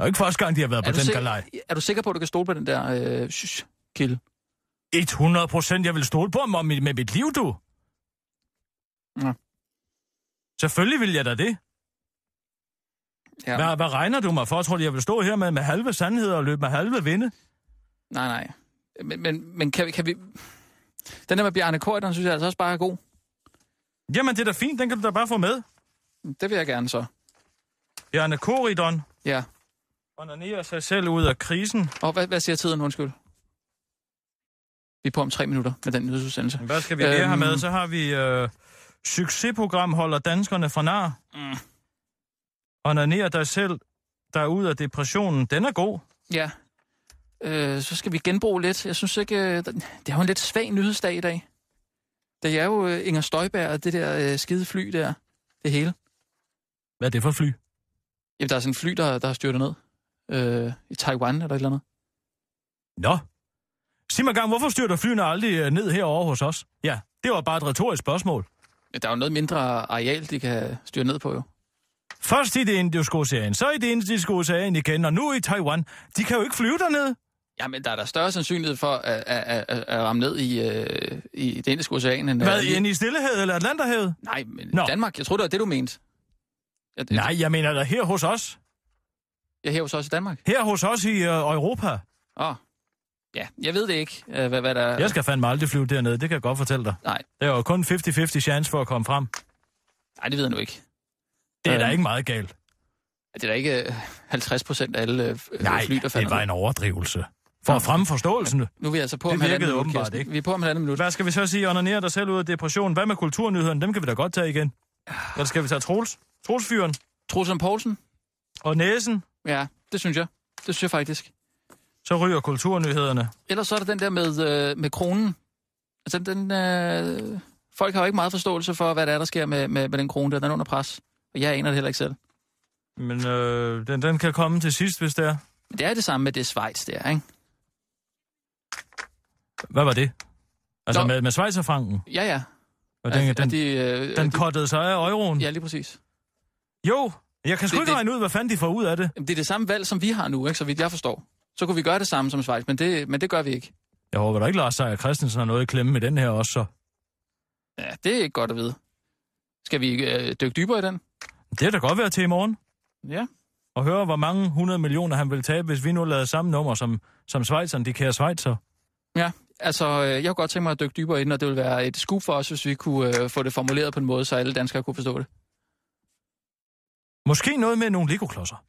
Speaker 4: jo ikke første gang, de har været
Speaker 5: Er
Speaker 4: på
Speaker 5: du,
Speaker 4: den
Speaker 5: sikker,
Speaker 4: galej.
Speaker 5: er du sikker på, at du kan stole på den der øh, shush, kilde?
Speaker 4: 100 procent, jeg vil stole på ham om mit- med mit liv, du.
Speaker 5: Nå.
Speaker 4: Selvfølgelig vil jeg da det.
Speaker 5: Ja.
Speaker 4: Hvad, hvad regner du mig for? Tror du, jeg vil stå her med, med halve sandheder og løbe med halve vinde?
Speaker 5: Nej, nej. Men, men, men kan, vi- kan vi... Den der med Bjarne Kort, den synes jeg altså også bare er god.
Speaker 4: Jamen, det er da fint. Den kan du da bare få med.
Speaker 5: Det vil jeg gerne så.
Speaker 4: Bjarne Koridon
Speaker 5: Ja.
Speaker 4: onanerer sig selv ud af krisen.
Speaker 5: Og hvad, hvad siger tiden, undskyld? Vi er på om tre minutter med den nyhedsudsendelse.
Speaker 4: Hvad skal vi mere
Speaker 5: Øhm.
Speaker 4: have med? Så har vi øh, succesprogram holder danskerne fra nar.
Speaker 5: Mm.
Speaker 4: Onanerer dig selv, der er ud af depressionen. Den er god.
Speaker 5: Ja. Øh, så skal vi genbruge lidt. Jeg synes ikke... Øh, den- det er jo en lidt svag nyhedsdag i dag. Det er jo øh, Inger Støjberg og det der øh, skide fly der. Det hele.
Speaker 4: Hvad er det for fly?
Speaker 5: Jamen, der er sådan en fly, der, der har styrtet ned. Øh, I Taiwan eller et eller andet.
Speaker 4: Nå. Sig mig engang, hvorfor styrter flyene aldrig øh, ned herover hos os? Ja, det var bare et retorisk spørgsmål.
Speaker 5: Ja, Der er jo noget mindre areal, de kan styre ned på jo.
Speaker 4: Først i det indiske ocean, så i det indiske ocean igen, og nu i Taiwan. De kan jo ikke flyve dernede.
Speaker 5: Jamen, der er der større sandsynlighed for at, at, at, at ramme ned i, øh, i det indiske ocean, end...
Speaker 4: Hvad,
Speaker 5: øh, i,
Speaker 4: ind i Stillehavet eller Atlanterhavet?
Speaker 5: Nej, men Nå.
Speaker 4: Nå.
Speaker 5: Danmark. Jeg tror det var det, du mente. Jeg,
Speaker 4: Nej, jeg mener da her hos os.
Speaker 5: Jeg hæver så også i Danmark.
Speaker 4: Her hos os i øh, Europa.
Speaker 5: Åh. Ja, jeg ved det ikke, øh, hvad, hvad der...
Speaker 4: Jeg skal fandme aldrig flyve dernede, det kan jeg godt fortælle dig.
Speaker 5: Nej,
Speaker 4: Der er jo kun 50-50 chance for at komme frem.
Speaker 5: nej, det ved jeg nu ikke.
Speaker 4: Det er da
Speaker 5: Øhm,
Speaker 4: ikke meget galt.
Speaker 5: Det er da ikke øh, 50 procent af alle øh, f-
Speaker 4: Nej,
Speaker 5: fly, der
Speaker 4: det
Speaker 5: falder
Speaker 4: var en overdrivelse. For at fremme forståelsen.
Speaker 5: ned. Nu er vi altså på
Speaker 4: Det
Speaker 5: om halvandet
Speaker 4: virkede
Speaker 5: minut,
Speaker 4: åbenbart
Speaker 5: Kirsten.
Speaker 4: ikke.
Speaker 5: Vi er på om halvandet minut.
Speaker 4: Hvad skal vi så sige? Onanere dig selv ud af depression. Hvad med kulturnyhederne? Dem kan vi da godt tage igen. Eller skal vi tage Troels? Troelsfyren
Speaker 5: Trusland Poulsen?
Speaker 4: og næsen.
Speaker 5: Ja, det synes jeg. Det synes jeg faktisk.
Speaker 4: Så ryger kulturnyhederne.
Speaker 5: Ellers så er der den der med, øh, med kronen. Altså, den, øh, folk har jo ikke meget forståelse for, hvad der er, der sker med, med, med den krone der. Den er under pres. Og jeg aner det heller ikke selv.
Speaker 4: Men øh, den, den kan komme til sidst, hvis det er.
Speaker 5: Men det er det samme med det Schweiz der, ikke?
Speaker 4: Hvad var det? Altså
Speaker 5: Nå.
Speaker 4: med, med Schweizerfranken?
Speaker 5: Ja, ja.
Speaker 4: Og den,
Speaker 5: Er- er
Speaker 4: den,
Speaker 5: de, øh,
Speaker 4: den
Speaker 5: de-
Speaker 4: kottede sig af euroen?
Speaker 5: Ja, lige præcis.
Speaker 4: Jo, jeg kan sgu
Speaker 5: Det-
Speaker 4: ikke
Speaker 5: det-
Speaker 4: regne ud, hvad fanden de får ud af det.
Speaker 5: Jamen, Det er det samme valg, som vi har nu, ikke? Så vidt jeg forstår. Så kunne vi gøre det samme som Schweiz, men det, men det gør vi ikke.
Speaker 4: Jeg håber da ikke, Lars Seier Christensen har noget i klemme med den her også, så.
Speaker 5: Ja, det er ikke godt at vide. Skal vi øh, dykke dybere i den?
Speaker 4: Det er da godt være til i morgen.
Speaker 5: Ja.
Speaker 4: Og høre, hvor mange 100 millioner han vil tabe, hvis vi nu lavede samme nummer som, som Schweizerne, de kære Schweizer.
Speaker 5: Ja, altså øh, jeg kunne godt tænke mig at dykke dybere i den, og det ville være et scoop for os, hvis vi kunne øh, få det formuleret på en måde, så alle danskere kunne forstå det.
Speaker 4: Måske noget med nogle legoklodser.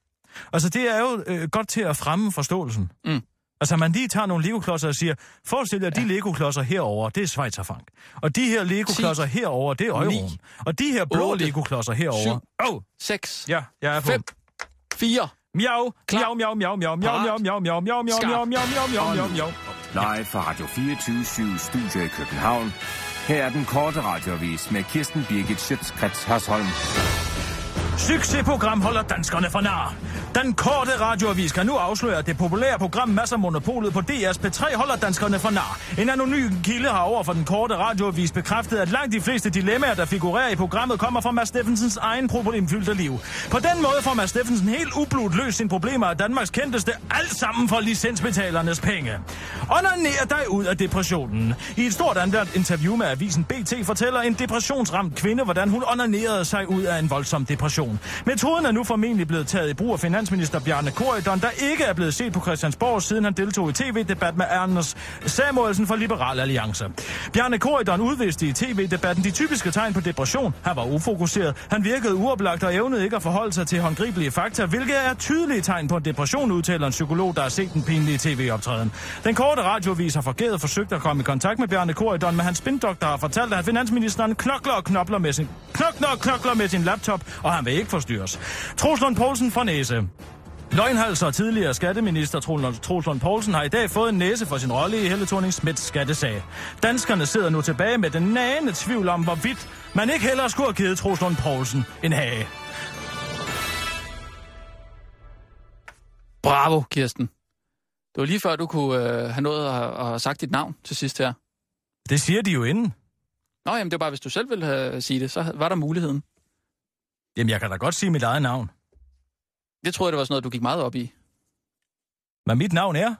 Speaker 4: Altså, det er jo øh, godt til at fremme forståelsen.
Speaker 5: Mm.
Speaker 4: Altså, man lige tager nogle legoklodser og siger, forestil dig, ja. de legoklodser herover, det er Schweizerfrank. Og de her legoklodser herover, det er euroen.
Speaker 5: Ni.
Speaker 4: Og de her blå
Speaker 5: Otte.
Speaker 4: legoklodser herover. Åh, oh,
Speaker 5: 6,
Speaker 4: ja, jeg er på.
Speaker 5: 5, 4.
Speaker 4: Miau,
Speaker 5: Klar.
Speaker 4: miau, miau, miau, miau, miau,
Speaker 5: Parat.
Speaker 4: miau, miau, miau, miau, miau,
Speaker 5: Skarp.
Speaker 4: miau, miau, miau, miau, miau, miau.
Speaker 6: Live fra Radio 24 Studio i København. Her er den korte radiovis med Kirsten Birgit Schøtzgrads Hasholm.
Speaker 4: Succesprogram holder danskerne for nar. Den korte radioavis kan nu afsløre, at det populære program Masser af Monopolet på DR's P3 holder danskerne for nar. En anonym kilde har over for den korte radioavis bekræftet, at langt de fleste dilemmaer, der figurerer i programmet, kommer fra Mads Steffensens egen problemfyldte liv. På den måde får Mads Steffensen helt ubludt løst sine problemer af Danmarks kendteste, alt sammen for licensbetalernes penge. Onaner dig ud af depressionen. I et stort andet interview med avisen BT fortæller en depressionsramt kvinde, hvordan hun onanerede sig ud af en voldsom depression. Metoden er nu formentlig blevet taget i brug af finansminister Bjarne Korydon, der ikke er blevet set på Christiansborg, siden han deltog i tv-debat med Ernest Samuelsen fra Liberal Alliance. Bjarne Korydon udviste i tv-debatten de typiske tegn på depression. Han var ufokuseret, han virkede uoplagt og evnede ikke at forholde sig til håndgribelige fakta, hvilket er tydelige tegn på en depression, udtaler en psykolog, der har set den pinlige tv-optræden. Den korte radiovis har forgævet forsøgt at komme i kontakt med Bjarne Korydon, men hans spindoktor har fortalt, at finansministeren knokler og knokler med sin, knokler og knokler med sin laptop, og han vil ikke forstyrres. Troslund Poulsen fra Næse. Løgnhalser og tidligere skatteminister Troels Lund- Troels Lund Poulsen har i dag fået en næse for sin rolle i Helle thorning Smiths skattesag. Danskerne sidder nu tilbage med den nagende tvivl om, hvorvidt man ikke hellere skulle have givet Troels Lund Poulsen en hage.
Speaker 5: Bravo, Kirsten. Det var lige før, du kunne øh, have nået at, at have sagt dit navn til sidst her.
Speaker 4: Det siger de jo inden.
Speaker 5: Nå, jamen det var bare, hvis du selv ville have sige det, så hav- var der muligheden.
Speaker 4: Jamen, jeg kan da godt sige mit eget navn.
Speaker 5: Det troede jeg, det var sådan noget, du gik meget op i.
Speaker 4: Hvad mit navn er?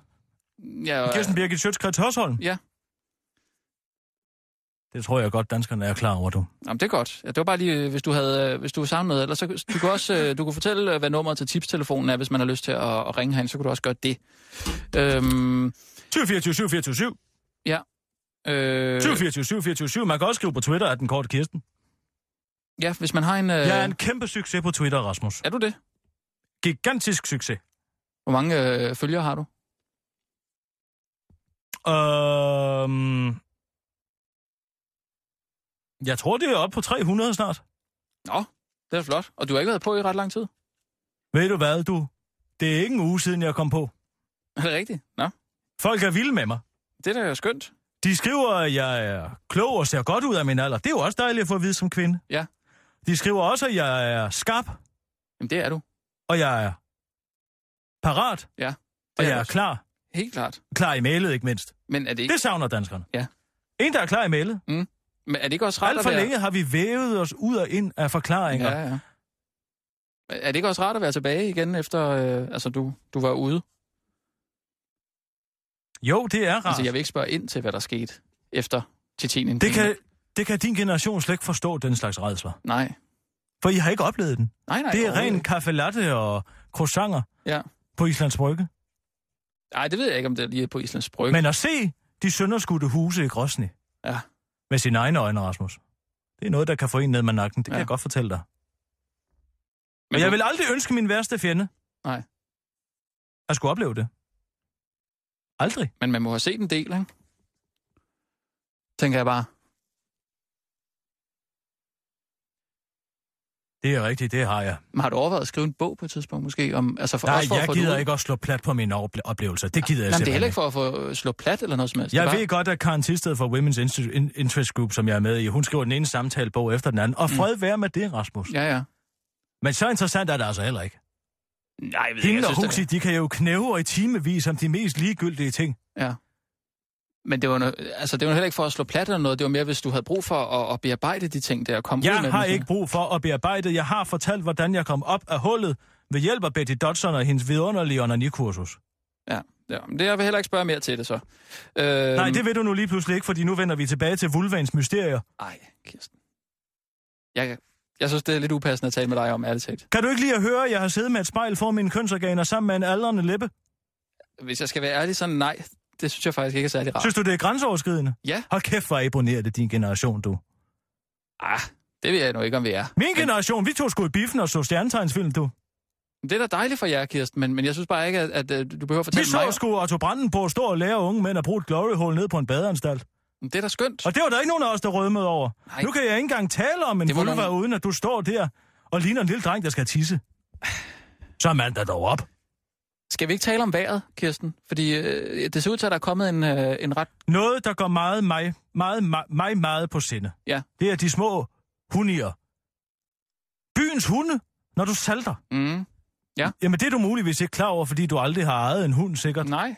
Speaker 5: Ja,
Speaker 4: Kirsten Birgit Sjøtskrets Hørsholm.
Speaker 5: øh, Ja.
Speaker 4: Det tror jeg godt, danskerne er klar over, du.
Speaker 5: øh, Jamen, det er godt. Ja, det var bare lige, øh, hvis du havde, øh, hvis du savnede noget. Ellers så, du kunne også øh, du kunne fortælle, øh, hvad nummeret til tipstelefonen er, hvis man har lyst til at, at ringe herind, så kunne du også gøre det. Øhm,
Speaker 4: 20 24 7 24 7.
Speaker 5: øh,
Speaker 4: 20 24 7 24 7. Man kan også skrive på Twitter, at den korte Kirsten.
Speaker 5: ja, hvis man har en... Øh,
Speaker 4: Jeg er en kæmpe succes på Twitter, Rasmus.
Speaker 5: er du det?
Speaker 4: Gigantisk succes.
Speaker 5: Hvor mange øh, følgere har du?
Speaker 4: Øhm... Jeg tror, det er oppe på 300 snart.
Speaker 5: Nå, det er flot. Og du har ikke været på i ret lang tid.
Speaker 4: Ved du hvad, du? Det er ikke en uge siden, jeg kom på.
Speaker 5: Er det rigtigt? Nå,
Speaker 4: Folk er vilde med mig.
Speaker 5: det er da skønt.
Speaker 4: De skriver, at jeg er klog og ser godt ud af min alder. Det er jo også dejligt at få at vide som kvinde.
Speaker 5: Ja.
Speaker 4: De skriver også, at jeg er skarp,
Speaker 5: Jamen, det er du.
Speaker 4: og jeg er parat,
Speaker 5: Ja,
Speaker 4: og
Speaker 5: det
Speaker 4: jeg
Speaker 5: du
Speaker 4: er
Speaker 5: også.
Speaker 4: klar.
Speaker 5: Helt klart.
Speaker 4: Klar i mailet, ikke mindst.
Speaker 5: Men er det ikke,
Speaker 4: Det savner danskerne.
Speaker 5: Ja.
Speaker 4: En, der er klar i mailet.
Speaker 5: men er det ikke også rart
Speaker 4: Alt for
Speaker 5: at være...
Speaker 4: længe har vi vævet os ud og ind af forklaringer.
Speaker 5: Ja, ja. Er det ikke også rart at være tilbage igen, efter øh, altså, du, du var ude?
Speaker 4: Jo, det er rart.
Speaker 5: Altså, jeg vil ikke spørge ind til, hvad der skete efter Tjetjenien.
Speaker 4: Det kan, det kan din generation slet ikke forstå, den slags redsler.
Speaker 5: Nej.
Speaker 4: For I har ikke oplevet den.
Speaker 5: Nej, nej.
Speaker 4: Det er
Speaker 5: overhovedet
Speaker 4: ren
Speaker 5: ikke.
Speaker 4: kaffe latte og croissanter
Speaker 5: Ja.
Speaker 4: på Islands Brygge.
Speaker 5: Nej, det ved jeg ikke, om det er lige på Islands Brygge. Men...
Speaker 4: Men at se de sønderskudte huse i Grosny
Speaker 5: Ja.
Speaker 4: med sine egne øjne, Rasmus, det er noget, der kan få en ned med nakken. Det kan
Speaker 5: Ja.
Speaker 4: ja. jeg godt fortælle dig.
Speaker 5: Men
Speaker 4: Men jeg
Speaker 5: du-
Speaker 4: vil aldrig ønske min værste fjende.
Speaker 5: Nej.
Speaker 4: At skulle opleve det. Aldrig.
Speaker 5: Men man må have set en del, ikke? Tænker jeg bare.
Speaker 4: Det er rigtigt, det har jeg.
Speaker 5: Men har du overvejet at skrive en bog på et tidspunkt, måske? Om, altså for,
Speaker 4: Nej,
Speaker 5: også for at
Speaker 4: jeg
Speaker 5: få
Speaker 4: gider
Speaker 5: det
Speaker 4: ikke at slå plat på mine ople- oplevelser. Det gider jeg
Speaker 5: Jamen, det er
Speaker 4: simpelthen
Speaker 5: heller ikke for at få øh, slå plat eller noget som helst.
Speaker 4: Jeg
Speaker 5: det er
Speaker 4: ved godt, at Karen Tisted fra Women's Inst- In- Interest Group, som jeg er med i, hun skriver den ene
Speaker 5: Mm.
Speaker 4: samtalebog efter den anden. Og fred være med det, Rasmus. Ja.
Speaker 5: Bare... Ja, ja.
Speaker 4: Men så interessant er det altså heller ikke.
Speaker 5: Nej, jeg ved ikke,
Speaker 4: Hende
Speaker 5: jeg
Speaker 4: og
Speaker 5: synes,
Speaker 4: Huxi,
Speaker 5: det
Speaker 4: de kan jo knæve i timevis om de mest ligegyldige ting.
Speaker 5: er- Ja. Men det var, no, altså, det var heller ikke for at slå plat eller noget. Det var mere, hvis du havde brug for at, at bearbejde de ting der og komme ud
Speaker 4: Jeg
Speaker 5: med
Speaker 4: har
Speaker 5: dem.
Speaker 4: ikke brug for at bearbejde. Jeg har fortalt, hvordan jeg kom op af hullet ved hjælp af Betty Dodson og hendes vidunderlige onanikursus.
Speaker 5: Øhm. Ja, ja. Men det, jeg vil heller ikke spørge mere til det så. Øhm,
Speaker 4: Nej, det ved du nu lige pludselig ikke, fordi nu vender vi tilbage til vulvans mysterier.
Speaker 5: Ej, Kirsten. Jeg, jeg synes, det er lidt upassende at tale med dig om, ærligt talt.
Speaker 4: Kan du ikke lige at høre, at jeg har siddet med et spejl for mine kønsorganer sammen med en aldrende læbe?
Speaker 5: Hvis jeg skal være ærlig, så nej. Det synes jeg faktisk ikke er særlig rart.
Speaker 4: Synes du, det er grænseoverskridende?
Speaker 5: Ah. Ja.
Speaker 4: Hold kæft, hvor abonnerer det din generation, du.
Speaker 5: Ah, det ved jeg nu ikke, om vi er.
Speaker 4: Min generation, vi tog sgu i biffen og så stjernetegnsfilm, du.
Speaker 5: Det er da dejligt for jer, Kirsten, men, men jeg synes bare ikke, at, at, øh, du behøver at
Speaker 4: Vi
Speaker 5: fortælle
Speaker 4: så
Speaker 5: mig.
Speaker 4: sgu Otto Branden på at stå og lære unge mænd at bruge et gloryhul ned på en badeanstalt.
Speaker 5: Det er da skønt.
Speaker 4: Og det var der ikke nogen af os, der rødmede over.
Speaker 5: Nej.
Speaker 4: Nej. Nu kan jeg ikke engang tale om en
Speaker 5: Det var
Speaker 4: vulva, nogle...
Speaker 5: nogle-
Speaker 4: uden at du står der og ligner en lille dreng, der skal tisse. Så mand da dog op.
Speaker 5: Skal vi ikke tale om vejret, Kirsten? Fordi øh, det ser ud til, at der er kommet en, øh, en ret...
Speaker 4: Noget, der går meget, mig, meget, mig, mig meget på sinde.
Speaker 5: Ja.
Speaker 4: Det er de små hundier. Byens hunde, når du salter.
Speaker 5: Mm,
Speaker 4: Jamen det er du muligvis ikke klar over, fordi du aldrig har ejet en hund sikkert.
Speaker 5: nej,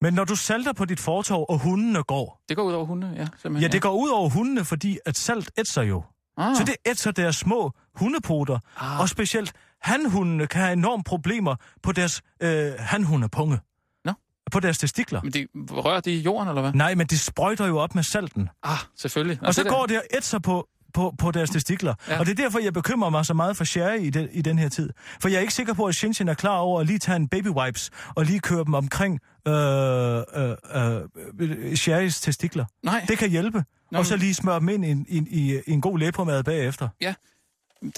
Speaker 4: Men når du salter på dit fortov, og hundene går.
Speaker 5: det går ud over hunde, ja. Simpelthen,
Speaker 4: Ja, det går ud over hundene, fordi at salt ætser jo.
Speaker 5: Ah,
Speaker 4: Så det ætser deres små hundepoter,
Speaker 5: Ah.
Speaker 4: ah. og specielt hanhundene kan have enorme problemer på deres øh, hanhundepunge.
Speaker 5: Nå.
Speaker 4: På deres testikler.
Speaker 5: Men de, rører de i jorden, eller hvad?
Speaker 4: Nej, men de sprøjter jo op med salten.
Speaker 5: Ah, selvfølgelig. Nå,
Speaker 4: og så
Speaker 5: det er
Speaker 4: går det og ætser på, på, på deres testikler.
Speaker 5: Ja.
Speaker 4: Ja. Og det er derfor, jeg bekymrer mig så meget for Sherry i, den, i den her tid. For jeg er ikke sikker på, at Shinshin er klar over at lige tage en baby wipes og lige køre dem omkring øh, øh, øh, Sherrys testikler.
Speaker 5: Nej, det...
Speaker 4: Det kan hjælpe.
Speaker 5: Nå,
Speaker 4: og så
Speaker 5: men-
Speaker 4: lige smøre dem ind i, en- i, i, i en god læbremad bagefter.
Speaker 5: det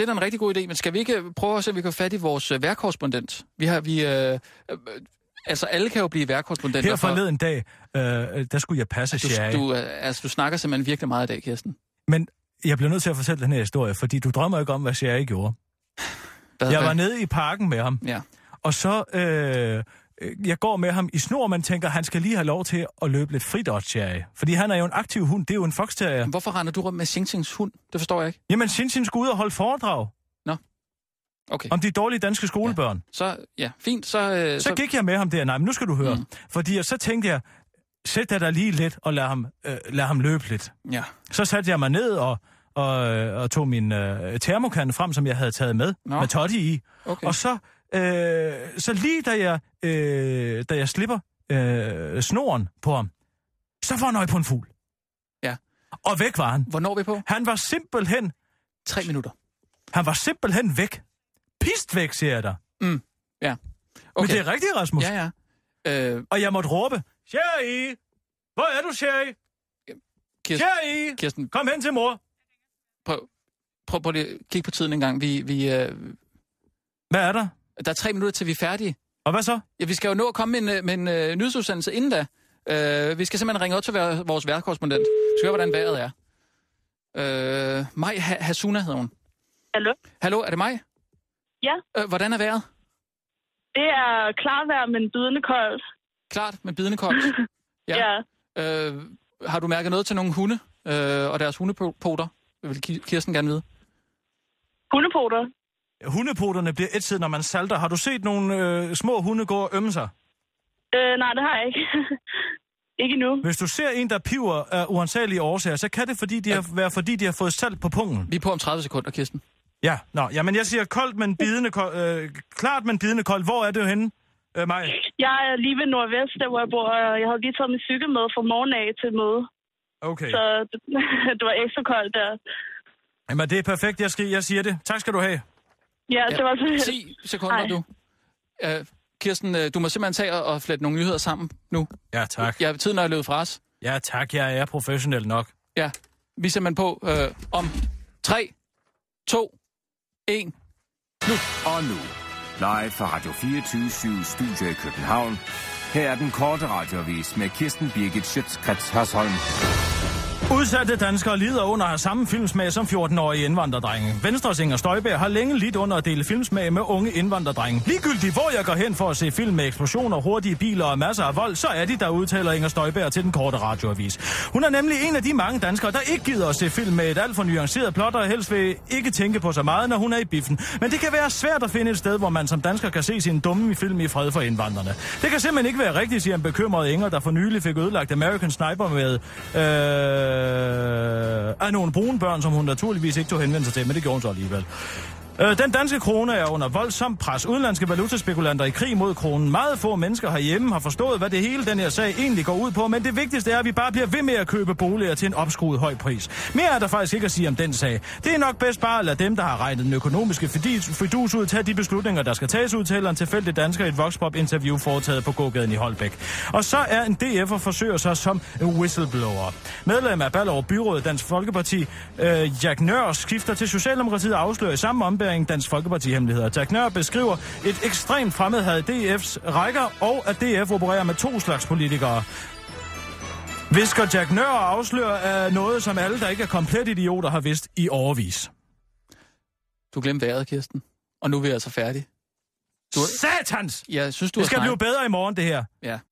Speaker 5: er da en rigtig god idé, men skal vi ikke prøve at se, om vi kan få fat i vores øh, værkorrespondent? Vi har, vi... Øh, øh, altså, alle kan jo blive værkorrespondenter.
Speaker 4: Her
Speaker 5: for-
Speaker 4: forleden dag, øh, der skulle jeg passe Sherry.
Speaker 5: Du, du, øh, altså, du snakker simpelthen virkelig meget i dag, Kirsten.
Speaker 4: Men jeg bliver nødt til at fortælle den her historie, fordi du drømmer ikke om, hvad Sherry gjorde.
Speaker 5: Hvad,
Speaker 4: Jeg
Speaker 5: hvad-
Speaker 4: var nede i parken med ham,
Speaker 5: Ja.
Speaker 4: og så... Øh, øh, jeg går med ham i snor, man tænker, han skal lige have lov til at løbe lidt frit også, Sherry. Fordi han er jo en aktiv hund, det er jo en foxterrier.
Speaker 5: Men Hvorfor render du rundt med Sing Sings hund? Det forstår jeg ikke.
Speaker 4: Jamen, Sinsin skulle ud og holde foredrag
Speaker 5: Okay,
Speaker 4: om de dårlige danske skolebørn.
Speaker 5: så ja, fint. Så, øh,
Speaker 4: Så gik jeg med ham der, nej, men nu skal du høre.
Speaker 5: Mm.
Speaker 4: Mm. Fordi jeg, så tænkte jeg, sæt dig der lige lidt og lad ham, øh, lad ham løbe lidt.
Speaker 5: Ja,
Speaker 4: Så satte jeg mig ned og, og, øh, og tog min øh, termokande frem, som jeg havde taget med,
Speaker 5: Nå.
Speaker 4: Nå. med Totti i.
Speaker 5: okay.
Speaker 4: Og så, øh, så lige da jeg, øh, da jeg slipper øh, snoren på ham, så får han øje på en fugl.
Speaker 5: Ja.
Speaker 4: Og væk var han.
Speaker 5: Hvornår er vi på?
Speaker 4: Han var simpelthen,
Speaker 5: Tre minutter.
Speaker 4: han var simpelthen væk. Pist væk, siger jeg dig. Mm. Okay. Men
Speaker 5: Okay.
Speaker 4: det er rigtigt, Rasmus. Ja.
Speaker 5: Ja, ja. Øh,
Speaker 4: Og jeg måtte råbe, Sherry! Hvor er du, Sherry?
Speaker 5: Kirsten,
Speaker 4: Sherry!
Speaker 5: Kirsten
Speaker 4: Kom hen til mor.
Speaker 5: prøv, prøv, prøv lige at kigge på tiden en gang. Vi, vi, øh,
Speaker 4: Hvad er der?
Speaker 5: der er tre minutter, til vi er færdige.
Speaker 4: Og hvad så?
Speaker 5: Ja, vi skal jo nå at komme med en, øh, med en øh, nyhedsudsendelse inden da. Øh, vi skal simpelthen ringe op til vær- vores værkorrespondent. Vi skal høre, hvordan vejret er. Øh, Maj ha- Hasuna hedder hun.
Speaker 10: Hallo?
Speaker 5: Hallo, er det mig?
Speaker 10: Ja.
Speaker 5: Øh, hvordan er vejret?
Speaker 10: Det er klarvejr, men bidende koldt.
Speaker 5: Klart, med bidende
Speaker 10: *laughs*
Speaker 5: koldt. Ja.
Speaker 10: Ja. ja.
Speaker 5: Øh, har du mærket noget til nogle hunde øh, og deres hundepoter? Det vil Ki- Kirsten gerne vide.
Speaker 10: Hundepoter.
Speaker 4: Hundepoterne bliver ætset, når man salter. Har du set nogle øh, små hunde gå og ømme sig?
Speaker 10: Øh, nej, det har jeg ikke. *laughs* ikke endnu.
Speaker 4: Hvis du ser en, der piver af uansagelige årsager, så kan det fordi, de har, være, fordi de har fået salt på pungen.
Speaker 5: Vi er på om 30 sekunder,
Speaker 10: *laughs*
Speaker 5: Kirsten.
Speaker 4: Ja, nå, jamen jeg siger koldt, men bidende koldt, øh, klart, men bidende koldt. Hvor er det henne, øh, Maja?
Speaker 10: Jeg er lige ved Nordvest, der hvor jeg bor, og jeg havde lige taget min cykel med fra morgen af til møde.
Speaker 4: Okay,
Speaker 10: Så det, *laughs* det var ekstra koldt der.
Speaker 4: jamen det er perfekt, jeg, skal, jeg siger det. Tak skal du have.
Speaker 10: Ja,
Speaker 5: Ja.
Speaker 10: ja. det var så...
Speaker 5: 10 sekunder,
Speaker 10: Ej.
Speaker 5: du. Øh, Kirsten, øh, du må simpelthen tage og- og flette nogle nyheder sammen nu.
Speaker 4: Ja, tak.
Speaker 5: Ja, tiden er løbet fra os.
Speaker 4: Ja, tak, jeg er professionel nok.
Speaker 5: Ja, vi er simpelthen på øh, om 3, 2, 1.
Speaker 6: Og nu, live fra Radio 24 Studio i København. Her er den korte radiovis med Kirsten Birgit Schøtzgrads Hasholm.
Speaker 4: Udsatte danskere lider under at have samme filmsmag som 14-årige indvandrerdrenge. Venstres Inger Støjberg har længe lidt under at dele filmsmag med unge indvandrerdrenge. Ligegyldigt hvor jeg går hen for at se film med eksplosioner, hurtige biler og masser af vold, så er de, der udtaler Inger Støjberg til den korte radioavis. Hun er nemlig en af de mange danskere, der ikke gider at se film med et alt for nuanceret plot, og helst vil ikke tænke på så meget, når hun er i biffen. Men det kan være svært at finde et sted, hvor man som dansker kan se sin dumme film i fred for indvandrerne. Det kan simpelthen ikke være rigtigt, siger en bekymret Inger, der for nylig fik ødelagt American Sniper med øh, af nogle brune børn, som hun naturligvis ikke tog henvendelse til, men det gjorde hun så alligevel. Øh, Den danske krone er under voldsom pres. Udenlandske valutaspekulanter i krig mod kronen. Meget få mennesker herhjemme har forstået, hvad det hele den her sag egentlig går ud på, men det vigtigste er, at vi bare bliver ved med at købe boliger til en opskruet høj pris. Mere er der faktisk ikke at sige om den sag. Det er nok bedst bare at lade dem, der har regnet den økonomiske fidis- fidus ud, tage de beslutninger, der skal tages, udtaler en tilfældig dansker i et Voxpop-interview foretaget på gågaden i Holbæk. Og så er en DF'er forsøger sig som whistleblower. Medlem af Ballerup Byråd Dansk Folkeparti, øh, Jack Nør, skifter til Socialdemokratiet og afslører i samme ombæring Dansk Folkeparti-hemmeligheder. Jack Nør beskriver et ekstremt fremmedhad i DF's rækker, og at DF opererer med to slags politikere. Visker Jack Nør og afslører øh, noget, som alle, der ikke er komplet idioter, har vidst i overvis.
Speaker 5: Du glemte vejret, Kirsten. Og nu er vi altså færdige.
Speaker 4: Satans!
Speaker 5: Jeg synes, du
Speaker 4: Det
Speaker 5: har
Speaker 4: skal blive
Speaker 5: snakket-
Speaker 4: bedre i morgen, det her.
Speaker 5: Ja.